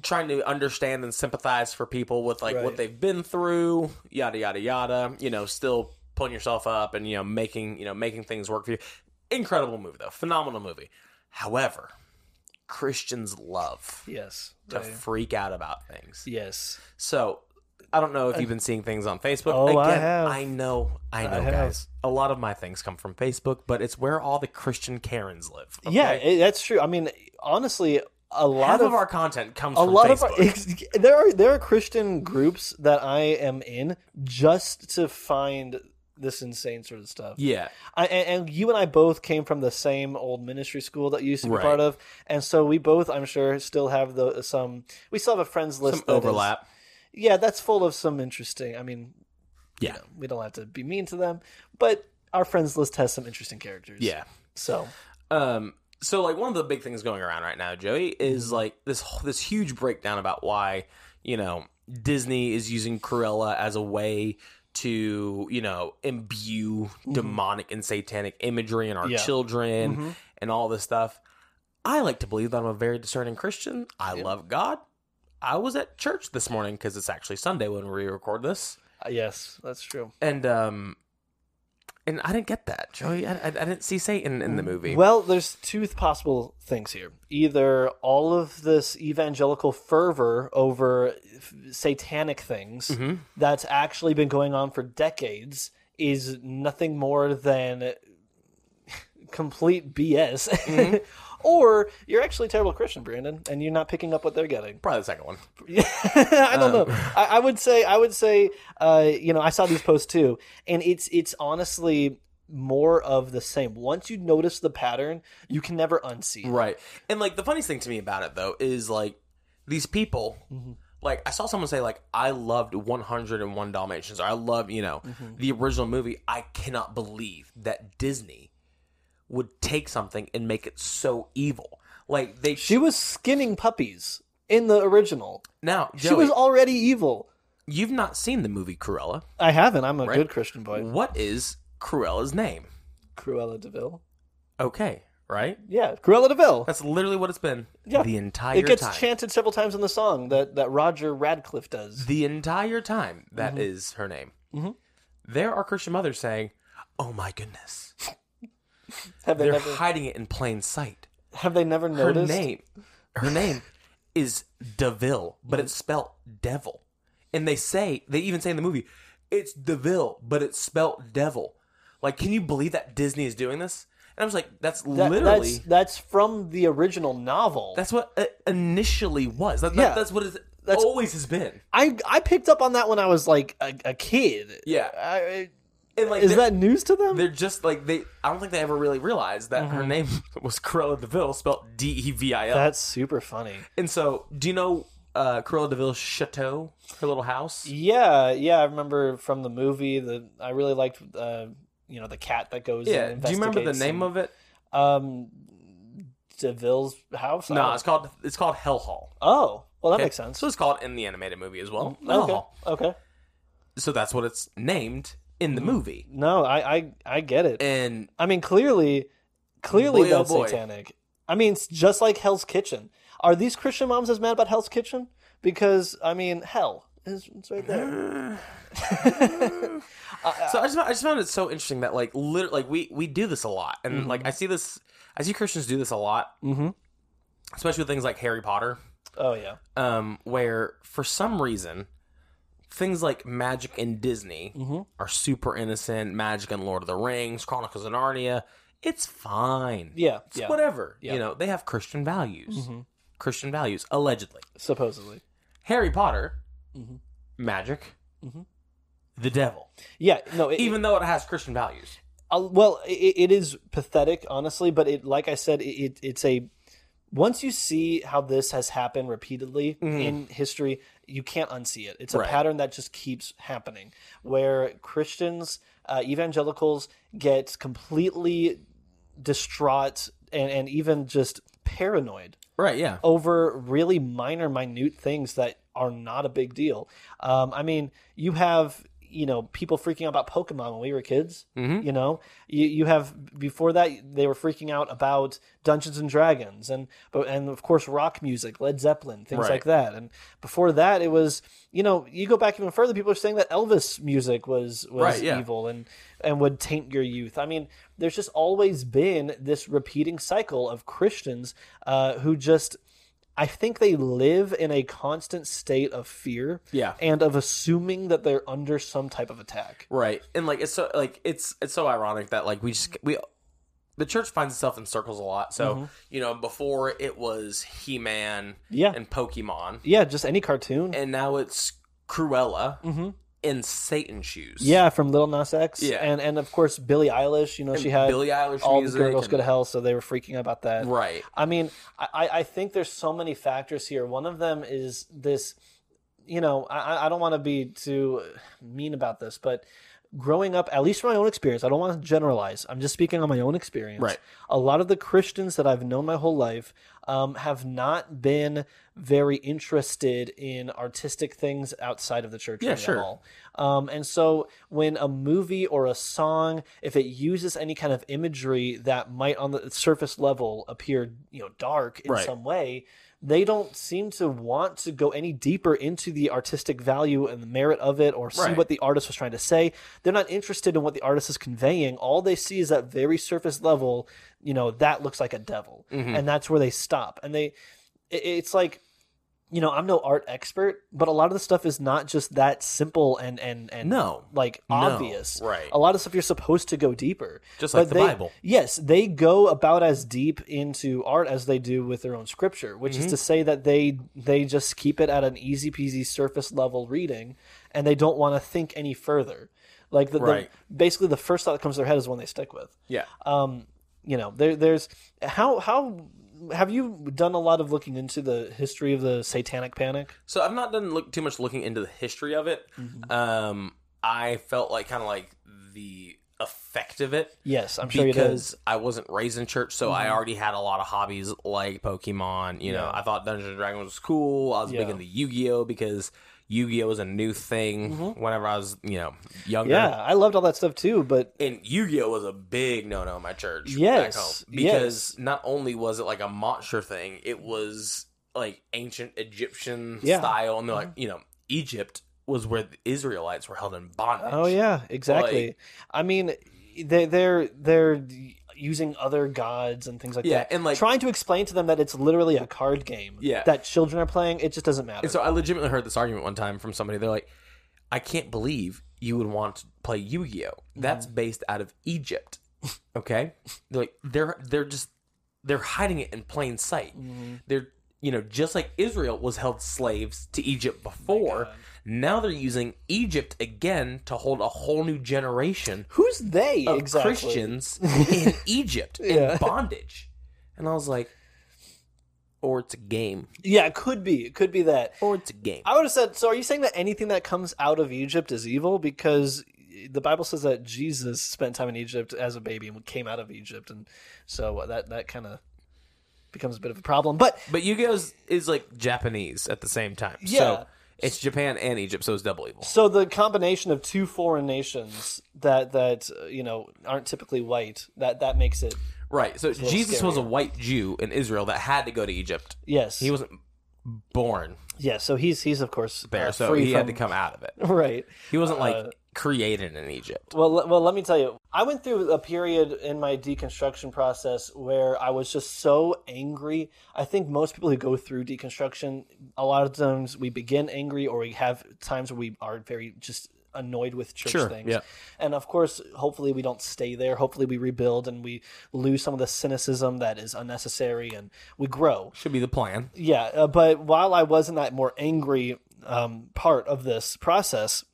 S2: trying to understand and sympathize for people with like
S1: Right.
S2: what they've been through, yada yada yada, you know, still pulling yourself up and you know making, you know, making things work for you. Incredible movie though. Phenomenal movie. However, Christians love
S1: Yes.
S2: to freak out about things.
S1: Yes.
S2: So I don't know if you've been seeing things on Facebook.
S1: Uh, Oh, I
S2: Again,
S1: have.
S2: I know, I know,
S1: have.
S2: guys. A lot of my things come from Facebook, but it's where all the Christian Karens live. okay?
S1: Yeah, it, that's true. I mean, honestly, a lot
S2: half of, our content comes
S1: a
S2: from
S1: lot
S2: Facebook.
S1: (laughs) of our, there are there are Christian groups that I am in just to find this insane sort of stuff.
S2: yeah,
S1: I, and, and you and I both came from the same old ministry school that you used to be
S2: Right.
S1: part of, and so we both, I'm sure, still have the some. We still have a friends list.
S2: some
S1: that is-
S2: overlap.
S1: yeah, that's full of some interesting. I mean,
S2: Yeah,
S1: we don't have to be mean to them, but our friends list has some interesting characters.
S2: yeah.
S1: So
S2: Um, so like one of the big things going around right now, Joey, is
S1: Mm-hmm.
S2: like this wh- this huge breakdown about why you know Disney is using Cruella as a way to you know imbue demonic and satanic imagery in our
S1: Mm-hmm. Yeah. Mm-hmm.
S2: children and all this stuff. I like to believe that I'm a very discerning Christian. I love God. I was at church this morning because it's actually Sunday when we record this,
S1: uh, yes, that's true.
S2: and um, and I didn't get that, Joey. I, I, I didn't see Satan in the movie.
S1: Mm, Well, there's two possible things here. Either all of this evangelical fervor over f- satanic things that's actually been going on for decades is nothing more than (laughs) complete BS. (laughs) or you're actually a terrible Christian, Brandon, and you're not picking up what they're getting.
S2: Probably the second one.
S1: (laughs) I don't know.
S2: Um, (laughs)
S1: I, I would say I would say uh, you know I saw these posts too, and it's it's honestly more of the same. Once you notice the pattern, you can never unsee. it. Mm-hmm.
S2: Right. And like the funniest thing to me about it though is like these people like I saw someone say like I loved 101 Dalmatians or I love, you know,
S1: Mm-hmm.
S2: the original movie. I cannot believe that Disney would take something and make it so evil. Like they
S1: She was skinning puppies in the original.
S2: now
S1: She
S2: Joey,
S1: was already evil.
S2: you've not seen the movie Cruella.
S1: I haven't. I'm a
S2: Right.
S1: good Christian boy.
S2: What is Cruella's name?
S1: Cruella Deville.
S2: Okay, right?
S1: Yeah, Cruella Deville.
S2: That's literally what it's been
S1: Yeah.
S2: the entire
S1: It gets
S2: time.
S1: chanted several times in the song that, that Roger Radcliffe does.
S2: the entire time
S1: Mm-hmm.
S2: that is her name. There are Christian mothers saying, "Oh my goodness,
S1: Have they
S2: they're
S1: never
S2: hiding it in plain sight."
S1: have they never
S2: Her
S1: noticed?
S2: name, her
S1: (laughs)
S2: name is Deville, but
S1: Mm-hmm.
S2: it's spelled devil. And they say they even say in the movie, "It's Deville, but it's spelled devil." Like, can you believe that Disney is doing this? And I was like, "That's
S1: That-
S2: literally."
S1: that's, that's from the original novel.
S2: That's what it initially was. That,
S1: Yeah.
S2: that, that's what it
S1: That's-
S2: always has been.
S1: I I picked up on that when I was like a, a kid.
S2: Yeah.
S1: I,
S2: And like,
S1: is
S2: they're,
S1: that news to them?
S2: they're just like they. I don't think they ever really realized that
S1: Mm-hmm.
S2: her name (laughs) was Corella Deville, spelled D E V I L.
S1: That's super funny.
S2: and so, do you know uh, Corella Deville's chateau, her little house?
S1: Yeah, yeah. I remember from the movie. The I really liked, uh, you know, the cat that goes.
S2: Yeah.
S1: and
S2: Do you remember the
S1: investigates
S2: name of it?
S1: and, um Deville's house?
S2: No, it's called it's called Hell Hall.
S1: Oh, well, Oh. that makes sense. Mm,
S2: So it's called in the animated movie as well. Hell
S1: okay,
S2: Hall.
S1: okay.
S2: So that's what it's named in the
S1: Mm.
S2: movie.
S1: No, I, I, I get it.
S2: And
S1: I mean, clearly, clearly
S2: Boy, oh
S1: that's
S2: boy.
S1: satanic. I mean, it's just like Hell's Kitchen. Are these Christian moms as mad about Hell's Kitchen? Because I mean, hell is it's right
S2: (gasps)
S1: there.
S2: So I just found, I just found it so interesting that like literally like we we do this a lot and
S1: Mm-hmm.
S2: like I see this I see Christians do this a lot, mm-hmm. especially with things like Harry Potter,
S1: Oh yeah,
S2: um, where for some reason things like magic and Disney
S1: Mm-hmm.
S2: are super innocent. Magic and Lord of the Rings, Chronicles of Narnia, it's fine.
S1: yeah,
S2: it's
S1: yeah.
S2: whatever.
S1: Yeah. Mm-hmm.
S2: You know they have Christian values, Christian values allegedly.
S1: Supposedly,
S2: Harry Potter,
S1: Mm-hmm.
S2: magic, the devil.
S1: yeah. No, it,
S2: Even though it has Christian values.
S1: Uh, well, it, it is pathetic, honestly. But it, like I said, it, it, it's a once you see how this has happened repeatedly in history, you can't unsee it. It's a
S2: Mm-hmm. Right.
S1: pattern that just keeps happening, where Christians, uh, evangelicals, get completely distraught and, and even just paranoid
S2: Right, yeah.
S1: over really minor, minute things that are not a big deal. Um, I mean, you have you know people freaking out about Pokemon when we were kids.
S2: Mm-hmm.
S1: You know, you you have before that they were freaking out about Dungeons and Dragons and but and of course rock music, Led Zeppelin, things
S2: Right.
S1: like that. And before that, it was you know you go back even further, people are saying that Elvis music was was
S2: Right, yeah.
S1: evil and and would taint your youth. I mean, there's just always been this repeating cycle of Christians uh, who just I think they live in a constant state of fear,
S2: Yeah.
S1: and of assuming that they're under some type of attack.
S2: Right. And like it's so like it's it's so ironic that like we just we the church finds itself in circles a lot. So,
S1: Mm-hmm.
S2: you know, before it was He Man
S1: Yeah.
S2: and Pokemon.
S1: Yeah, just any cartoon.
S2: And now it's Cruella in Satan shoes.
S1: Mm-hmm. yeah, from Little Nas X.
S2: Yeah.
S1: and and of course Billie Eilish. You know she had
S2: Billie Eilish
S1: all
S2: music
S1: the girls go
S2: and-
S1: to hell, so they were freaking out about that.
S2: Right.
S1: I mean, I, I- I think there's so many factors here. One of them is this, you know, I, I- I don't want to be too mean about this, but growing up, at least from my own experience, I don't want to generalize. I'm just speaking on my own experience.
S2: Right.
S1: A lot of the Christians that I've known my whole life um, have not been very interested in artistic things outside of the church.
S2: Yeah,
S1: at
S2: sure.
S1: all. Um, and so when a movie or a song, if it uses any kind of imagery that might on the surface level appear, you know, dark in
S2: Right.
S1: some way, they don't seem to want to go any deeper into the artistic value and the merit of it or see
S2: Right.
S1: what the artist was trying to say. They're not interested in what the artist is conveying. All they see is that very surface level, you know, that looks like a devil.
S2: Mm-hmm.
S1: And that's where they stop. And they it- it's like you know, I'm no art expert, but a lot of the stuff is not just that simple and and and
S2: No.
S1: like
S2: No.
S1: obvious.
S2: Right.
S1: A lot of stuff you're supposed to go deeper.
S2: Just like the
S1: they-
S2: Bible.
S1: Yes, they go about as deep into art as they do with their own scripture, which
S2: Mm-hmm.
S1: is to say that they they just keep it at an easy peasy surface level reading, and they don't want to think any further. Like the, the-
S2: Right.
S1: basically the Um, first thought that comes to their head is one they stick with
S2: Yeah.
S1: you know there there's how how have you done a lot of looking into the history of the Satanic Panic?
S2: So I've not done look too much looking into the history of it.
S1: Mm-hmm.
S2: Um, I felt like kind of like the effect of it
S1: Yes, I'm sure Mm-hmm.
S2: because I wasn't raised in church, so I already had a lot of hobbies like Pokemon. You know, I thought Dungeons and Dragons was cool. I was big
S1: Yeah.
S2: into Yu Gi Oh because Yu Gi Oh was a new thing whenever I was you know
S1: you
S2: younger.
S1: did. Mm-hmm. Yeah, I loved all that stuff too, but
S2: and Yu-Gi-Oh was a big no-no in my church
S1: Yes,
S2: because not only was it like a monster thing, it was like ancient Egyptian
S1: Yeah. Mm-hmm.
S2: style, and they're like you know Egypt was where the Israelites were held in bondage.
S1: oh yeah, exactly.
S2: Like-
S1: I mean, they they're they're using other gods and things like
S2: Yeah,
S1: that,
S2: and, like-
S1: trying to explain to them that it's literally a card game.
S2: Yeah.
S1: that children are playing. It just doesn't matter.
S2: And so I legitimately heard this argument one time from somebody. They're like, "I can't believe you would want to play Yu-Gi-Oh. That's
S1: Mm-hmm.
S2: based out of Egypt." Okay, they're like they're they're just they're hiding it in plain sight.
S1: Mm-hmm.
S2: They're you know just like Israel was held slaves to
S1: Oh
S2: Egypt before. now they're using Egypt again to hold a whole new generation
S1: Who's they
S2: of
S1: exactly? (laughs)
S2: Christians in Egypt
S1: Yeah.
S2: in bondage. And I was like, or it's a game,
S1: Yeah, it could be. It could be that.
S2: or it's a game.
S1: I would have said. So, are you saying that anything that comes out of Egypt is evil? Because the Bible says that Jesus spent time in Egypt as a baby and came out of Egypt, and so that that kind of becomes a bit of a problem. But
S2: But Yu-Gi-Oh is, is like Japanese at the same time.
S1: Yeah.
S2: So it's Japan and Egypt, so it's double evil.
S1: so the combination of two foreign nations that that uh, you know aren't typically white that that makes it
S2: Right. So
S1: little
S2: Jesus was a
S1: scarier.
S2: white Jew in Israel that had to go to Egypt.
S1: yes
S2: He wasn't born
S1: yeah. So he's he's of course
S2: there,
S1: uh,
S2: so
S1: free
S2: he had to
S1: from- Uh,
S2: come out of it.
S1: (laughs) right.
S2: He wasn't like created in Egypt.
S1: Well, le- well, let me tell you, I went through a period in my deconstruction process where I was just so angry. I think most people who go through deconstruction, a lot of times we begin angry or we have times where we are very just annoyed with church
S2: Sure,
S1: things.
S2: yeah.
S1: And of course, hopefully we don't stay there. Hopefully we rebuild and we lose some of the cynicism that is unnecessary and we grow.
S2: Should be the plan.
S1: Yeah, uh, but while I was in that more angry um, part of this process,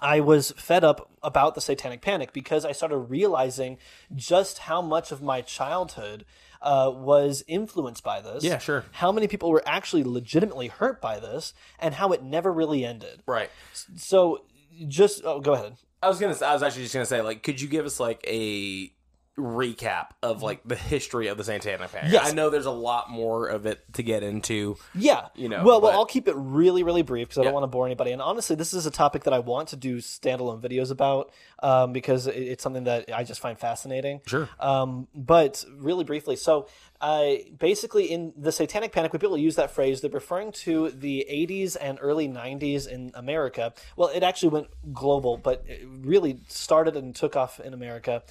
S1: I was fed up about the Satanic Panic because I started realizing just how much of my childhood uh, was influenced by this.
S2: Yeah, sure.
S1: How many people were actually legitimately hurt by this, and how it never really ended.
S2: Right.
S1: So, just oh, go ahead.
S2: I was gonna. I was actually just gonna say, like, could you give us like a recap of like the history of the Santana Panic?
S1: Yes.
S2: I know there's a lot more of it to get into.
S1: Yeah,
S2: You know,
S1: Well, well,
S2: but-
S1: I'll keep it really, really brief because I
S2: Yeah.
S1: don't want to bore anybody. And honestly, this is a topic that I want to do standalone videos about um, because it, it's something that I just find fascinating.
S2: Sure.
S1: Um, but really briefly, so uh, basically, in the Satanic Panic, when people use that phrase, they're referring to the 80s and early 90s in America. Well, it actually went global, but it really started and took off in America,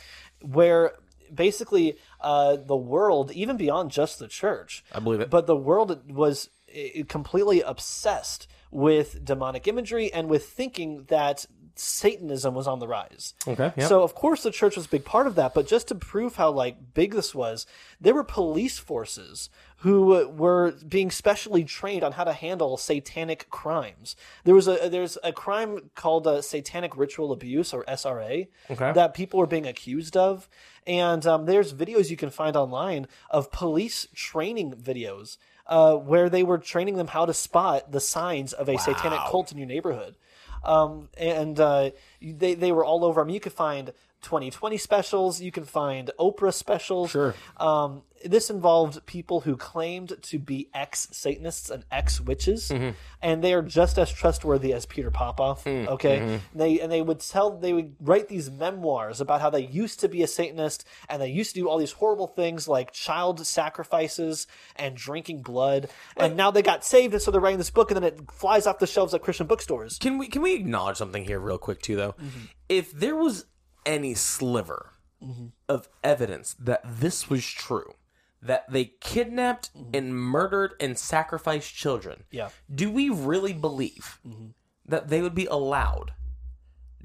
S1: where basically uh, the world, even beyond just the church, I
S2: believe it.
S1: but the world was eh, completely obsessed with demonic imagery and with thinking that Satanism was on the rise.
S2: Okay, yeah.
S1: So of course the church was a big part of that, but just to prove how like big this was, there were police forces who were being specially trained on how to handle satanic crimes. There was a there's a crime called uh, satanic ritual abuse or SRA that people were being accused of, and um, there's videos you can find online of police training videos uh, where they were training them how to spot the signs of a satanic cult in your neighborhood um, and uh, they they were all over. I mean, you could find 2020 specials, you can find Oprah specials. Sure. Um, this involved people who claimed to be ex Satanists and ex witches, and they are just as trustworthy as Peter Popoff. Okay, they and they would tell they would write these memoirs about how they used to be a Satanist and they used to do all these horrible things like child sacrifices and drinking blood, and now they got saved, and so they're writing this book, and then it flies off the shelves at Christian bookstores.
S2: Can we can we acknowledge something here real quick too though?
S1: Mm-hmm.
S2: If there was any sliver
S1: Mm-hmm.
S2: of evidence that this was true, that they kidnapped and murdered and sacrificed children,
S1: Mm-hmm. Yeah. Mm-hmm.
S2: do we really believe that they would be allowed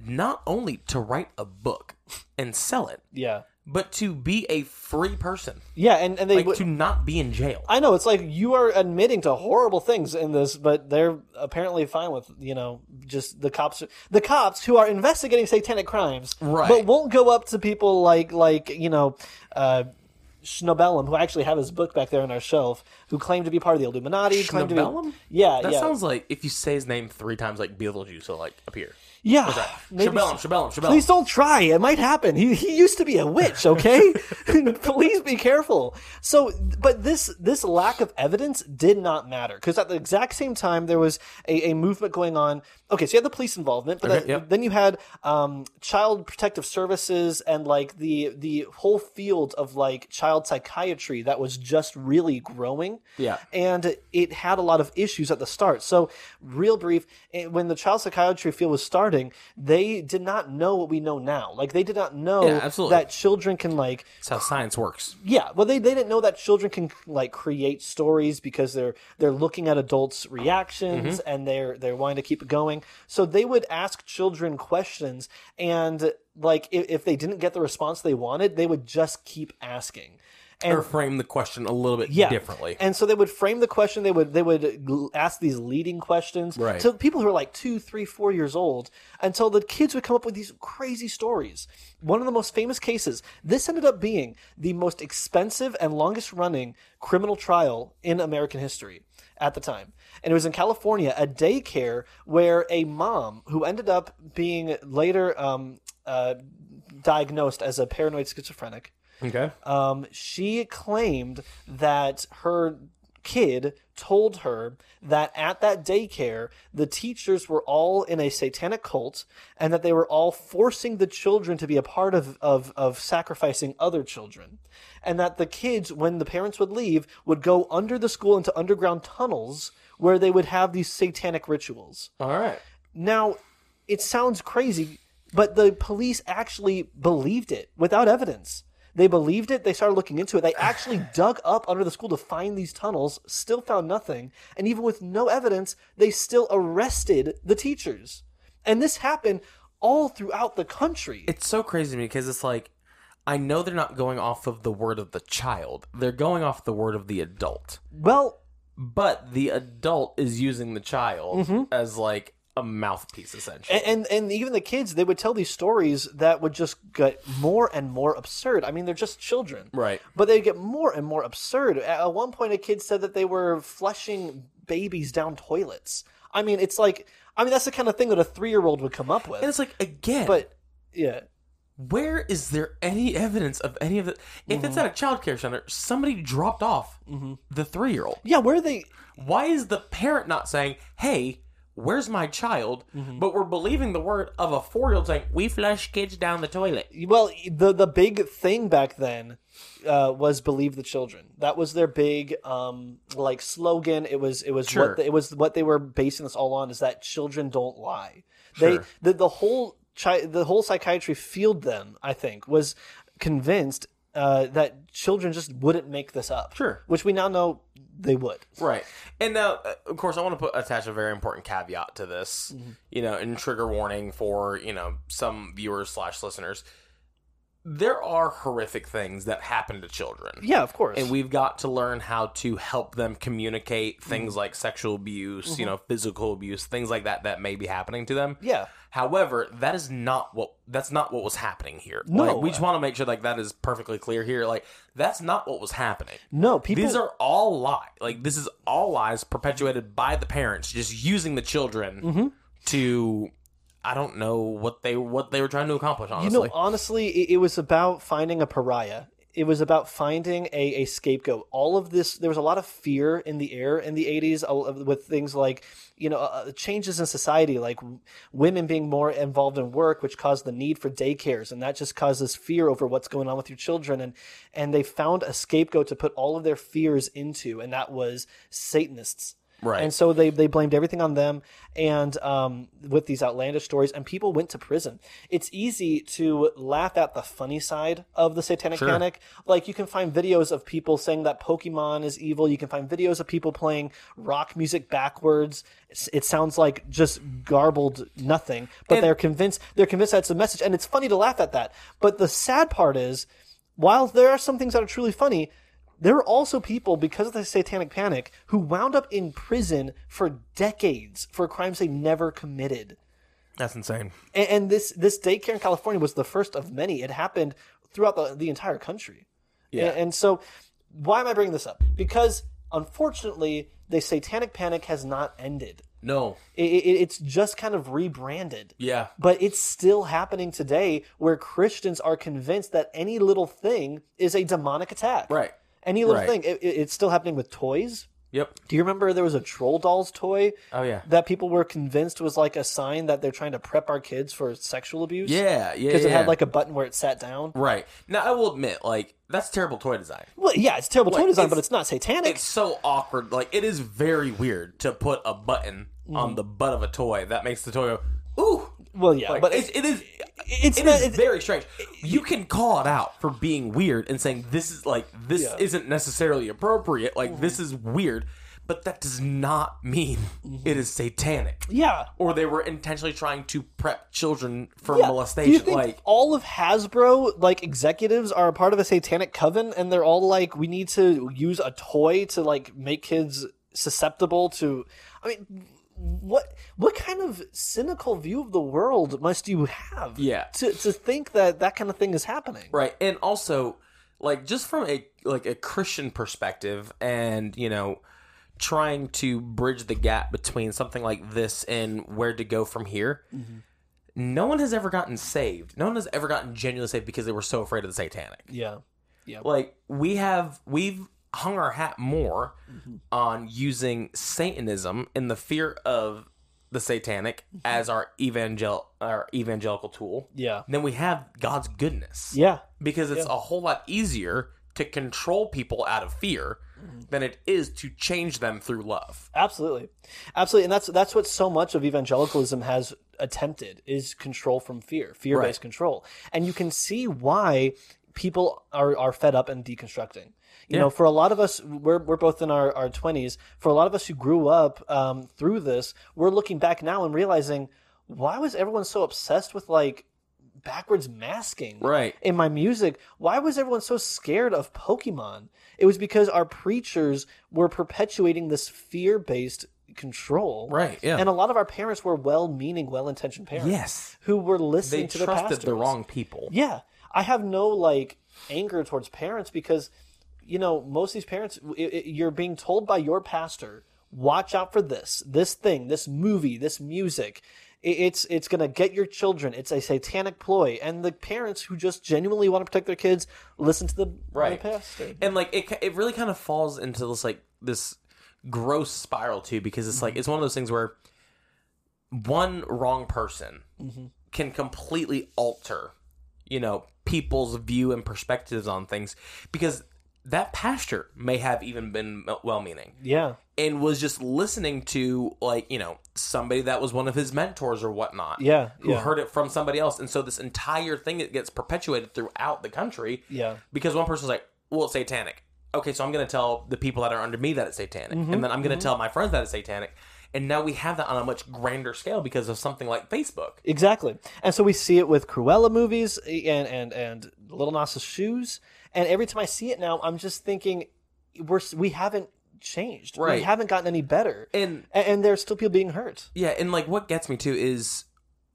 S2: not only to write a book and sell it,
S1: Yeah.
S2: but to be a free person,
S1: Yeah, and, and they
S2: like
S1: would
S2: to not be in jail?
S1: I know it's like you are admitting to horrible things in this, but they're apparently fine with you know just the cops, the cops who are investigating satanic crimes,
S2: Right.
S1: But won't go up to people like like you know, uh, Schnobellum, who I actually have his book back there on our shelf, who claimed to be part of the Illuminati. Claimed to be,
S2: Schnabellum?
S1: yeah,
S2: That
S1: yeah,
S2: sounds like if you say his name three times, like Beetlejuice will like appear.
S1: yeah. Maybe-
S2: Shabellum, Shabellum, Shabellum.
S1: Please don't try. It might happen. He he used to be a witch, okay? (laughs) Please be careful. So, but this this lack of evidence did not matter because at the exact same time there was a, a movement going on. Okay, so you had the police involvement, but that-
S2: yep.
S1: then you had um, child protective services and like the the whole field of like child psychiatry that was just really growing.
S2: Yeah.
S1: and it had a lot of issues at the start. So, real brief, eh, when the child psychiatry field was starting, they did not know what we know now. Like they did not know
S2: Yeah, absolutely.
S1: that children can like
S2: That's how science works.
S1: yeah, well they, they didn't know that children can like create stories because they're they're looking at adults' reactions and they're they're wanting to keep it going. So they would ask children questions and like if, if they didn't get the response they wanted, they would just keep asking. And
S2: Or frame the question a little bit differently.
S1: and so they would frame the question. They would they would gl- ask these leading questions
S2: Right.
S1: to people who are like two, three, four years old, until the kids would come up with these crazy stories. One of the most famous cases. This ended up being the most expensive and longest running criminal trial in American history at the time. And it was in California, a daycare where a mom who ended up being later um, uh, diagnosed as a paranoid schizophrenic
S2: okay.
S1: um, she claimed that her kid told her that at that daycare the teachers were all in a satanic cult and that they were all forcing the children to be a part of, of, of sacrificing other children and that the kids when the parents would leave would go under the school into underground tunnels where they would have these satanic rituals
S2: All right.
S1: now, it sounds crazy, but the police actually believed it without evidence. They believed it. They started looking into it. They actually (sighs) dug up under the school to find these tunnels, still found nothing. And even with no evidence, they still arrested the teachers. And this happened all throughout the country.
S2: It's so crazy to me because it's like I know they're not going off of the word of the child. They're going off the word of the adult.
S1: well,
S2: But the adult is using the child as like a mouthpiece essentially.
S1: and, and and even the kids, they would tell these stories that would just get more and more absurd. I mean, they're just children,
S2: Right.
S1: But they get more and more absurd. At at one point, a kid said that they were flushing babies down toilets. I mean, it's like, I mean, that's the kind of thing that a three-year-old would come up with.
S2: And it's like again,
S1: but yeah,
S2: where is there any evidence of any of the if it's at a child care center, somebody dropped off the three year old.
S1: yeah, where are they?
S2: Why is the parent not saying, Hey, where's my child? But we're believing the word of a four year old saying, We flush kids down the toilet.
S1: Well, the the big thing back then uh, was believe the children. That was their big um, like slogan. It was it was
S2: Sure.
S1: what the, it was what they were basing this all on is that children don't lie. They the, the whole chi- the whole psychiatry field then I think was convinced uh, that children just wouldn't make this up.
S2: Sure.
S1: which we now know they would.
S2: Right. And now, uh, of course, I want to put attach a very important caveat to this, you know, and trigger warning for, you know, some viewers slash listeners. There are horrific things that happen to children.
S1: Yeah, of course.
S2: And we've got to learn how to help them communicate things
S1: Mm-hmm.
S2: like sexual abuse, you know, physical abuse, things like that that may be happening to them.
S1: Yeah.
S2: However, that is not what that's not what was happening here.
S1: No.
S2: Like, we just want to make sure like that is perfectly clear here. Like that's not what was happening.
S1: no people.
S2: These are all lies. Like this is all lies perpetuated by the parents, just using the children
S1: Mm-hmm.
S2: to. I don't know what they what they were trying to accomplish. Honestly,
S1: You know, uh, honestly, it, it was about finding a pariah. It was about finding a, a scapegoat. All of this, there was a lot of fear in the air in the 80s uh, with things like, you know, uh, changes in society, like w- women being more involved in work, which caused the need for daycares. And that just causes fear over what's going on with your children. And, and they found a scapegoat to put all of their fears into, and that was Satanists.
S2: Right.
S1: And so they, they blamed everything on them and um, with these outlandish stories, and people went to prison. It's easy to laugh at the funny side of the satanic panic. Like, you can find videos of people saying that Pokemon is evil. You can find videos of people playing rock music backwards. It's, it sounds like just garbled nothing, but they're convinced they're convinced that's the message, and it's funny to laugh at that. But the sad part is, while there are some things that are truly funny, there were also people because of the satanic panic who wound up in prison for decades for crimes they never committed
S2: that's insane.
S1: and, and this this daycare in california was the first of many it happened throughout the, the entire country Yeah. And, and so, why am I bringing this up? Because unfortunately, the satanic panic has not ended.
S2: No.
S1: It, it, it's just kind of rebranded.
S2: Yeah.
S1: But it's still happening today where Christians are convinced that any little thing is a demonic attack.
S2: Right.
S1: Any little
S2: Right.
S1: thing. It, it- it's still happening with toys.
S2: Yep.
S1: Do you remember there was a troll dolls toy?
S2: Oh, yeah.
S1: That people were convinced was like a sign that they're trying to prep our kids for sexual abuse.
S2: Yeah. Yeah.
S1: Because it
S2: yeah.
S1: had like a button where it sat down.
S2: Right. Now I will admit, like, that's terrible toy design.
S1: Well, yeah, it's terrible toy
S2: Like,
S1: design,
S2: it's-
S1: but it's not satanic.
S2: It's so awkward. Like it is very weird to put a button
S1: Mm.
S2: on the butt of a toy that makes the toy go, ooh.
S1: well, yeah,
S2: Like,
S1: but
S2: it's, it is
S1: it's
S2: it
S1: not-
S2: is
S1: it's-
S2: very strange. You can call it out for being weird and saying this is like this
S1: Yeah. Mm-hmm.
S2: isn't necessarily appropriate. Like this is weird, but that does not mean it is satanic.
S1: Mm-hmm. yeah.
S2: Or they were intentionally trying to prep children for
S1: Yeah.
S2: molestation.
S1: Do you think
S2: like
S1: all of Hasbro like executives are a part of a satanic coven, and they're all like, we need to use a toy to like make kids susceptible to? I mean, what what kind of cynical view of the world must you have?
S2: Yeah.
S1: to to think that that kind of thing is happening.
S2: right and also like just from a like a christian perspective and you know trying to bridge the gap between something like this and where to go from here no one has ever gotten saved no one has ever gotten genuinely saved because they were so afraid of the satanic
S1: Yeah,
S2: like we have we've hung our hat more
S1: Mm-hmm.
S2: on using satanism and the fear of the satanic
S1: Mm-hmm.
S2: as our evangel our evangelical tool
S1: Yeah.
S2: than we have god's goodness
S1: yeah,
S2: because it's a whole lot easier to control people out of fear than it is to change them through love.
S1: absolutely, absolutely, and that's that's what so much of evangelicalism has attempted is control from fear, fear based
S2: Right.
S1: control, and you can see why people are are fed up and deconstructing. You know, for a lot of us, we're we're both in our our twenties. For a lot of us who grew up um, through this, we're looking back now and realizing why was everyone so obsessed with like backwards masking
S2: Right.
S1: in my music why was everyone so scared of pokemon it was because our preachers were perpetuating this fear-based control
S2: Right, yeah.
S1: and a lot of our parents were well-meaning well-intentioned parents
S2: Yes.
S1: who were listening
S2: They
S1: to their
S2: trusted
S1: pastors.
S2: the wrong people.
S1: yeah i have no like anger towards parents because you know most of these parents i i you're being told by your pastor watch out for this this thing this movie this music I- it's it's gonna get your children. It's a satanic ploy, and the parents who just genuinely want to protect their kids listen to the
S2: Right.
S1: the pastor.
S2: And like it, it really kind of falls into this like this gross spiral too because it's like
S1: Mm-hmm.
S2: it's one of those things where one wrong person
S1: Mm-hmm.
S2: can completely alter, you know, people's view and perspectives on things because that pastor may have even been well-meaning.
S1: Yeah,
S2: and was just listening to like you know somebody that was one of his mentors or whatnot
S1: Yeah,
S2: who
S1: yeah.
S2: heard it from somebody else and so this entire thing it gets perpetuated throughout the country
S1: Yeah.
S2: because one person's like well it's satanic okay so i'm gonna tell the people that are under me that it's satanic
S1: Mm-hmm,
S2: and then i'm gonna tell my friends that it's satanic and now we have that on a much grander scale because of something like facebook
S1: Exactly, and so we see it with Cruella movies eh, and and and Little Nas's shoes. And every time I see it now, I'm just thinking, we're we haven't changed. We
S2: Right.
S1: haven't gotten any better.
S2: And-
S1: and, and there's still people being hurt.
S2: Yeah, and like what gets me too is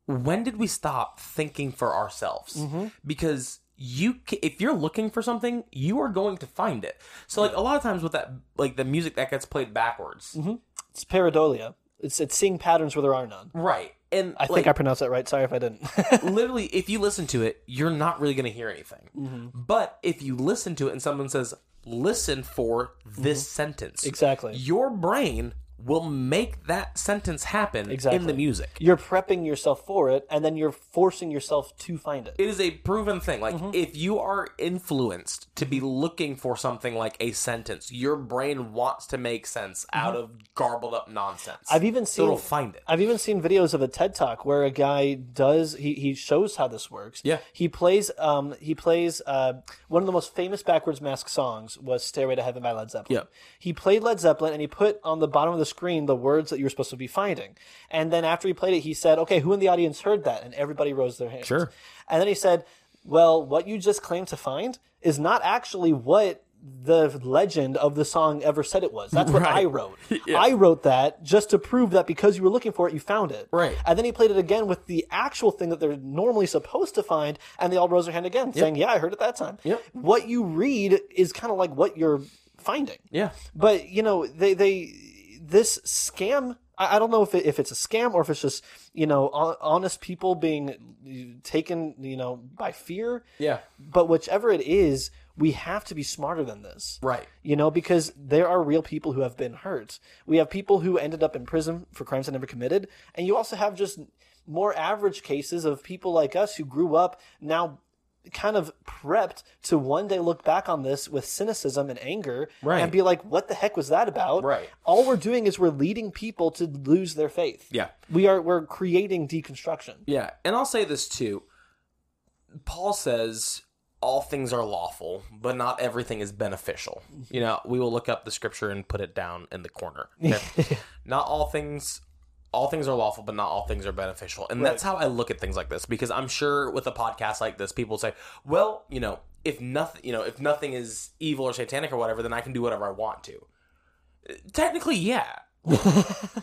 S2: when did we stop thinking for ourselves?
S1: Mm-hmm.
S2: Because you, ca- if you're looking for something, you are going to find it. So like a lot of times with that, like the music that gets played backwards,
S1: Mm-hmm. It's pareidolia. It's it's seeing patterns where there are none.
S2: right? And
S1: I think I pronounced that right. Sorry if I didn't. (laughs)
S2: literally, if you listen to it, you're not really going to hear anything.
S1: Mm-hmm.
S2: But if you listen to it and someone says, "Listen for this sentence,"
S1: Mm-hmm. Exactly.
S2: your brain will make that sentence happen in
S1: Exactly.
S2: the music.
S1: you're prepping yourself for it, and then you're forcing yourself to find it.
S2: it is a proven thing. Like
S1: Mm-hmm.
S2: if you are influenced to be looking for something like a sentence, your brain wants to make sense out of garbled up nonsense.
S1: Mm-hmm. I've even
S2: So
S1: seen
S2: it'll find it.
S1: I've even seen videos of a TED Talk where a guy does he, he shows how this works.
S2: Yeah.
S1: he plays um he plays uh one of the most famous backwards mask songs was "Stairway to Heaven" by Led Zeppelin.
S2: Yeah.
S1: he played Led Zeppelin and he put on the bottom of the screen the words that you were supposed to be finding, and then after he played it, he said, "Okay, who in the audience heard that?" And everybody rose their hands.
S2: Sure.
S1: and then he said, "Well, what you just claimed to find is not actually what." the legend of the song ever said it was. That's what I
S2: Right. (laughs)
S1: wrote. I wrote that just to prove that because you were looking for it, you found it.
S2: Right.
S1: And then he played it again with the actual thing that they're normally supposed to find, and they all rose their hand again, saying, "Yeah, I heard it that time."
S2: Yep.
S1: What you read is kind of like what you're finding.
S2: Yeah.
S1: But you know, they they this scam. I, I don't know if it, if it's a scam or if it's just you know hon- honest people being taken you know by fear.
S2: Yeah.
S1: But whichever it is, we have to be smarter than this.
S2: Right.
S1: You know, because there are real people who have been hurt. We have people who ended up in prison for crimes they never committed, and you also have just more average cases of people like us who grew up now kind of prepped to one day look back on this with cynicism and anger
S2: Right.
S1: and be like what the heck was that about
S2: Right.
S1: all we're doing is we're leading people to lose their faith
S2: Yeah.
S1: we are we're creating deconstruction
S2: Yeah, and I'll say this too. Paul says all things are lawful, but not everything is beneficial. You know, we will look up the scripture and put it down in the corner. okay? not all things all things are lawful, but not all things are beneficial. And that's how I look at things like this because I'm sure with a podcast like this, people say, "Well, you know, if nothing, you know, if nothing is evil or satanic or whatever, then I can do whatever I want to." Technically, yeah.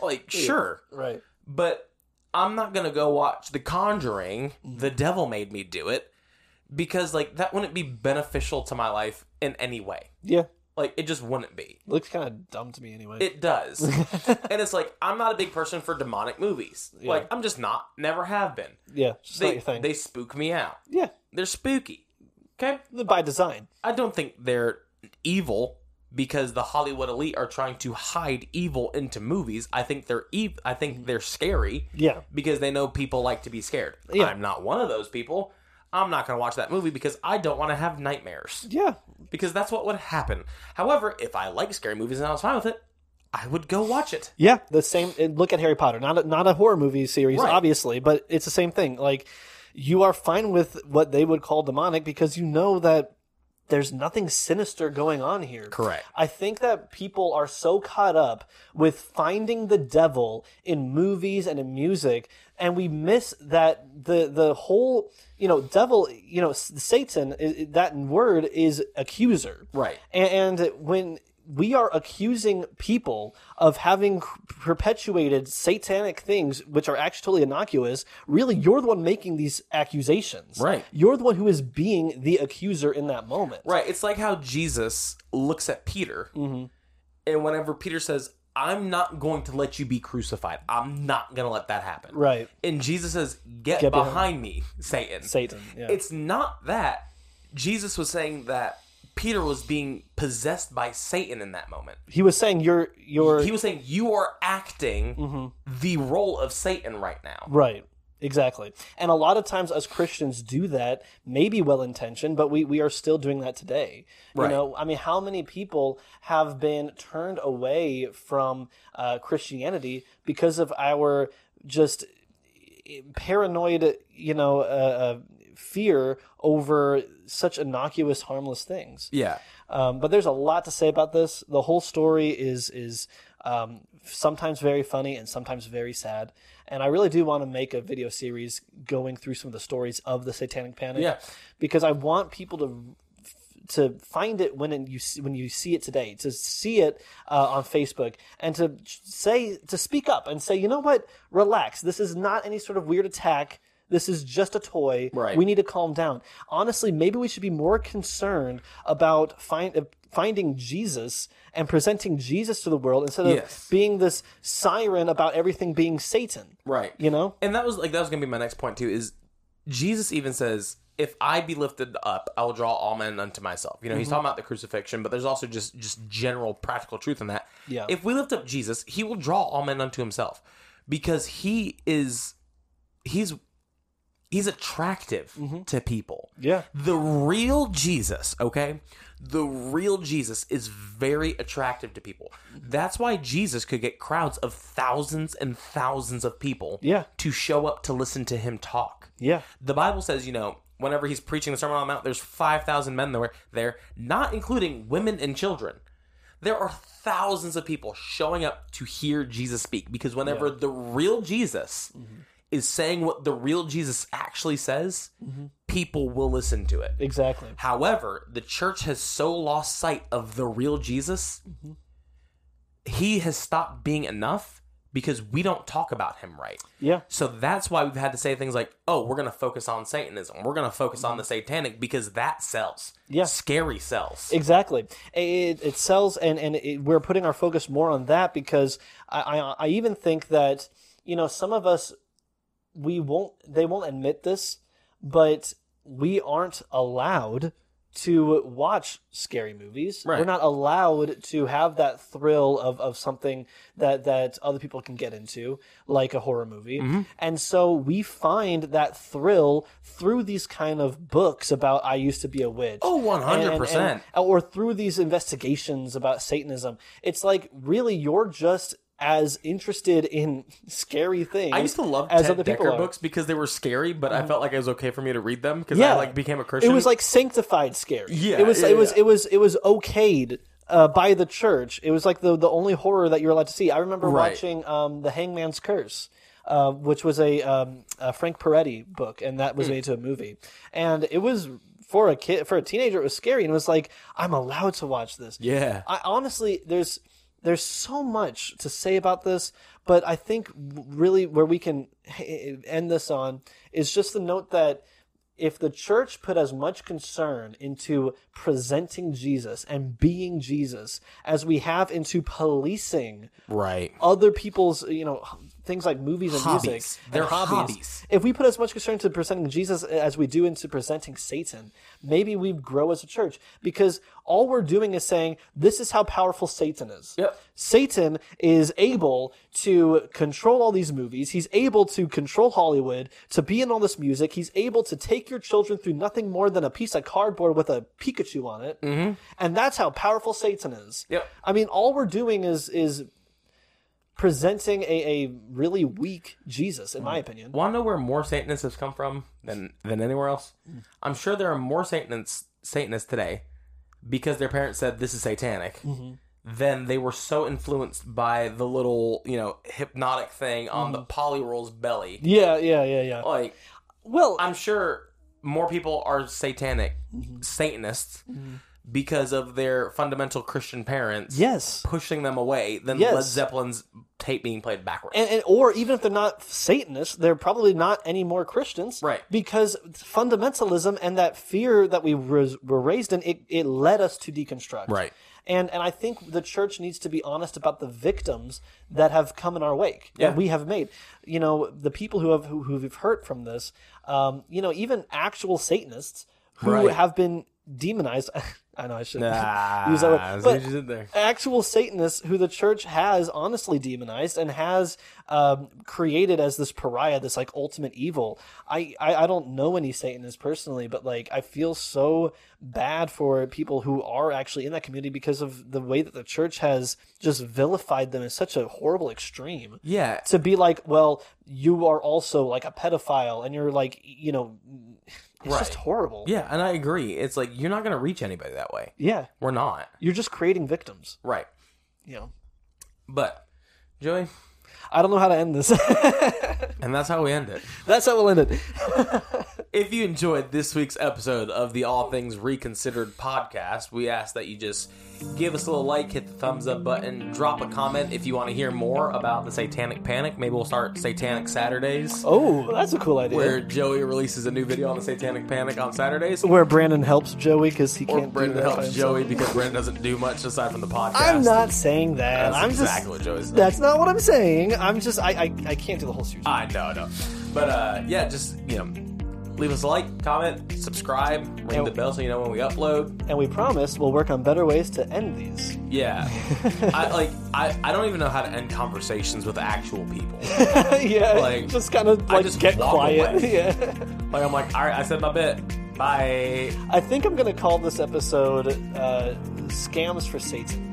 S2: like, sure
S1: right
S2: but I'm not gonna go watch The Conjuring. The
S1: Mm-hmm.
S2: devil made me do it because like that wouldn't be beneficial to my life in any way.
S1: yeah
S2: Like it just wouldn't be.
S1: looks kind of dumb to me anyway (laughs)
S2: It does, and it's like I'm not a big person for demonic movies. Like I'm just not. Never have been.
S1: yeah just not
S2: They
S1: your thing
S2: they spook me out.
S1: yeah
S2: They're spooky. Okay,
S1: by design
S2: I don't think they're evil because the Hollywood elite are trying to hide evil into movies. I think they're ev- I think they're scary.
S1: Yeah.
S2: Because they know people like to be scared.
S1: Yeah.
S2: I'm not one of those people. I'm not going to watch that movie because I don't want to have nightmares.
S1: yeah
S2: Because that's what would happen. However, if I like scary movies and I was fine with it, I would go watch it.
S1: Yeah, the same. and Look at Harry Potter. Not a, not a horror movie series,
S2: Right.
S1: obviously, but it's the same thing. Like you are fine with what they would call demonic because you know that there's nothing sinister going on here.
S2: Correct.
S1: I think that people are so caught up with finding the devil in movies and in music, and we miss that the the whole you know devil you know s- Satan i- i- that word is accuser.
S2: Right.
S1: A- And, when we are accusing people of having c- perpetuated satanic things which are actually totally innocuous, really you're the one making these accusations.
S2: Right.
S1: You're the one who is being the accuser in that moment.
S2: Right. It's like how Jesus looks at Peter.
S1: Mm-hmm.
S2: And whenever Peter says, I'm not going to let you be crucified, I'm not going to let that happen.
S1: Right.
S2: And Jesus says, Get,
S1: Get behind-
S2: behind me, Satan.
S1: Satan. Yeah.
S2: It's not that. Jesus was saying that Peter was being possessed by Satan in that moment.
S1: he was saying you're you're
S2: He was saying, You are acting
S1: Mm-hmm.
S2: the role of Satan right now.
S1: Right. Exactly. And a lot of times us Christians do that, maybe well intentioned, but we, we are still doing that today. You
S2: Right.
S1: know, I mean, how many people have been turned away from uh, Christianity because of our just paranoid, you know, uh, uh, fear over such innocuous, harmless things?
S2: Yeah.
S1: Um, but there's a lot to say about this. The whole story is is um, sometimes very funny and sometimes very sad. And I really do want to make a video series going through some of the stories of the Satanic Panic.
S2: Yeah.
S1: because I want people to to find it when it, you see, when you see it today, to see it uh, on Facebook, and to say to speak up and say, you know what, relax. This is not any sort of weird attack. This is just a toy.
S2: Right.
S1: We need to calm down. Honestly, maybe we should be more concerned about find, uh, finding Jesus and presenting Jesus to the world instead of
S2: Yes.
S1: being this siren about everything being Satan.
S2: Right.
S1: You know.
S2: And that was like that was gonna be my next point too. Is Jesus even says, "If I be lifted up, I will draw all men unto myself." You know,
S1: Mm-hmm.
S2: he's talking about the crucifixion, but there's also just just general practical truth in that.
S1: Yeah.
S2: If we lift up Jesus, he will draw all men unto himself because he is he's he's attractive to people.
S1: Mm-hmm. Yeah.
S2: The real Jesus, okay? The real Jesus is very attractive to people.
S1: Mm-hmm.
S2: That's why Jesus could get crowds of thousands and thousands of people
S1: Yeah.
S2: to show up to listen to him talk.
S1: Yeah.
S2: The Bible says, you know, whenever he's preaching the Sermon on the Mount, there's 5,000 men there, there, not including women and children. There are thousands of people showing up to hear Jesus speak because whenever the real Jesus is saying what the real Jesus actually says, people will listen to it.
S1: Exactly.
S2: However, the church has so lost sight of the real Jesus, he has stopped being enough because we don't talk about him right.
S1: Yeah.
S2: So that's why we've had to say things like, oh, we're going to focus on Satanism. We're going to focus on the satanic because that sells.
S1: Mm-hmm. Yeah.
S2: Scary sells.
S1: Exactly. It, it sells, and and it, we're putting our focus more on that because I, I I even think that you know some of us we won't they won't admit this, but we aren't allowed to watch scary movies.
S2: Right.
S1: We're not allowed to have that thrill of, of something that that other people can get into, like a horror movie. And so we find that thrill through these kind of books about I used to be a witch.
S2: Oh, 100%.
S1: And- and- and- or through these investigations about Satanism. It's like really you're just as interested in (laughs) scary things.
S2: I used to love
S1: as
S2: Ted
S1: other people
S2: Decker
S1: are. Mm-hmm.
S2: books because they were scary, but I felt like it was okay for me to read them because I like became a Christian.
S1: It was like sanctified scary.
S2: Yeah,
S1: it was.
S2: yeah,
S1: it was.
S2: yeah.
S1: It was. It was okayed. Uh, by the church, it was like the the only horror that you're allowed to see. I remember
S2: Right.
S1: watching um, the Hangman's Curse, uh, which was a, um, a Frank Peretti book, and that was
S2: Hmm.
S1: made to a movie. And it was for a kid, for a teenager, it was scary, and it was like I'm allowed to watch this.
S2: Yeah.
S1: I honestly, there's there's so much to say about this, but I think w- really where we can h- end this on is just the note that if the church put as much concern into presenting Jesus and being Jesus as we have into policing
S2: right.
S1: other people's, you know, things like movies and
S2: Hobbies.
S1: music,
S2: They're
S1: and hobbies.
S2: hobbies.
S1: If we put as much concern to presenting Jesus as we do into presenting Satan, maybe we grow as a church because all we're doing is saying this is how powerful Satan is.
S2: Yep.
S1: Satan is able to control all these movies. He's able to control Hollywood, to be in all this music. He's able to take your children through nothing more than a piece of cardboard with a Pikachu on it. Mm-hmm. And that's how powerful Satan is.
S2: Yep.
S1: I mean, all we're doing is is presenting a, a really weak Jesus, in my opinion.
S2: Want to know where more Satanists have come from than than anywhere else?
S1: Mm-hmm.
S2: I'm sure there are more Satanists Satanists today because their parents said this is satanic.
S1: Mm-hmm.
S2: Then they were so influenced by the little you know hypnotic thing on
S1: Mm-hmm.
S2: the polyroll's belly.
S1: Yeah, yeah, yeah, yeah.
S2: Like
S1: Well,
S2: I'm sure more people are satanic
S1: Mm-hmm.
S2: Satanists because of their fundamental Christian parents.
S1: yes.
S2: Pushing them away than
S1: Yes.
S2: Led Zeppelin's tape being played backwards.
S1: and, and or even if they're not Satanists, they're probably not any more Christians,
S2: Right.
S1: Because fundamentalism and that fear that we was- were raised in, it, it led us to deconstruct,
S2: Right.
S1: And and I think the church needs to be honest about the victims that have come in our wake
S2: Yeah.
S1: that we have made. You know, the people who have who, who've hurt from this. Um, you know, even actual Satanists who
S2: Right.
S1: have been demonized. (laughs) I know I shouldn't (laughs)
S2: Ah,
S1: use that word,
S2: I see
S1: but
S2: what you did there.
S1: actual Satanists who the church has honestly demonized and has um, created as this pariah, this like ultimate evil. I, I I don't know any Satanists personally, but like I feel so bad for people who are actually in that community because of the way that the church has just vilified them as such a horrible extreme.
S2: Yeah.
S1: To be like, well, you are also like a pedophile, and you're like, you know, it's just
S2: Right.
S1: horrible.
S2: Yeah, and I agree. It's like you're not going to reach anybody that way.
S1: yeah.
S2: We're not.
S1: You're just creating victims.
S2: Right.
S1: You know,
S2: But, Joey,
S1: I don't know how to end this. (laughs)
S2: and that's how we end it.
S1: That's how we'll end it.
S2: If you enjoyed this week's episode of the All Things Reconsidered podcast, we ask that you just give us a little like, hit the thumbs up button, drop a comment if you want to hear more about the Satanic Panic. Maybe we'll start Satanic Saturdays.
S1: Oh, that's a cool idea.
S2: Where Joey releases a new video on the Satanic Panic on Saturdays.
S1: Where Brandon helps Joey because he
S2: Or
S1: can't
S2: Brandon
S1: do that by
S2: helps
S1: himself.
S2: Joey because Brandon doesn't do much aside from the podcast.
S1: I'm not saying that.
S2: That's
S1: I'm just.
S2: exactly what Joey's done.
S1: That's not what I'm saying. I'm just. I. I, I can't do the whole series.
S2: I know, I know. But uh, yeah, just you know, leave us a like, comment, subscribe, ring
S1: And-
S2: the bell so you know when we upload.
S1: and we promise we'll work on better ways to end
S2: (laughs)
S1: these.
S2: Yeah, I like I, I don't even know how to end conversations with actual (laughs) people.
S1: (laughs) yeah.
S2: Like,
S1: just kind of
S2: I
S1: like
S2: just
S1: get
S2: walk
S1: quiet. (laughs)
S2: away.
S1: Yeah.
S2: Like I'm like, all right, I said my bit. Bye.
S1: I think I'm gonna call this episode uh, "Scams for Satan."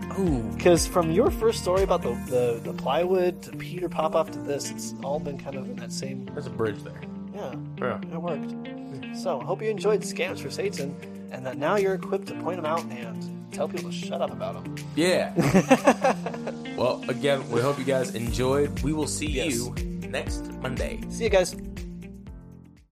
S1: Because from your first story about the, the the plywood to Peter Popoff to this, it's all been kind of in that same
S2: There's a bridge there.
S1: Yeah,
S2: Yeah.
S1: it worked. So, hope you enjoyed Scams for Satan, and that now you're equipped to point them out and tell people to shut up about them.
S2: (laughs) Yeah. well, again, we hope you guys enjoyed. We will see
S1: Yes.
S2: you next Monday.
S1: See you guys.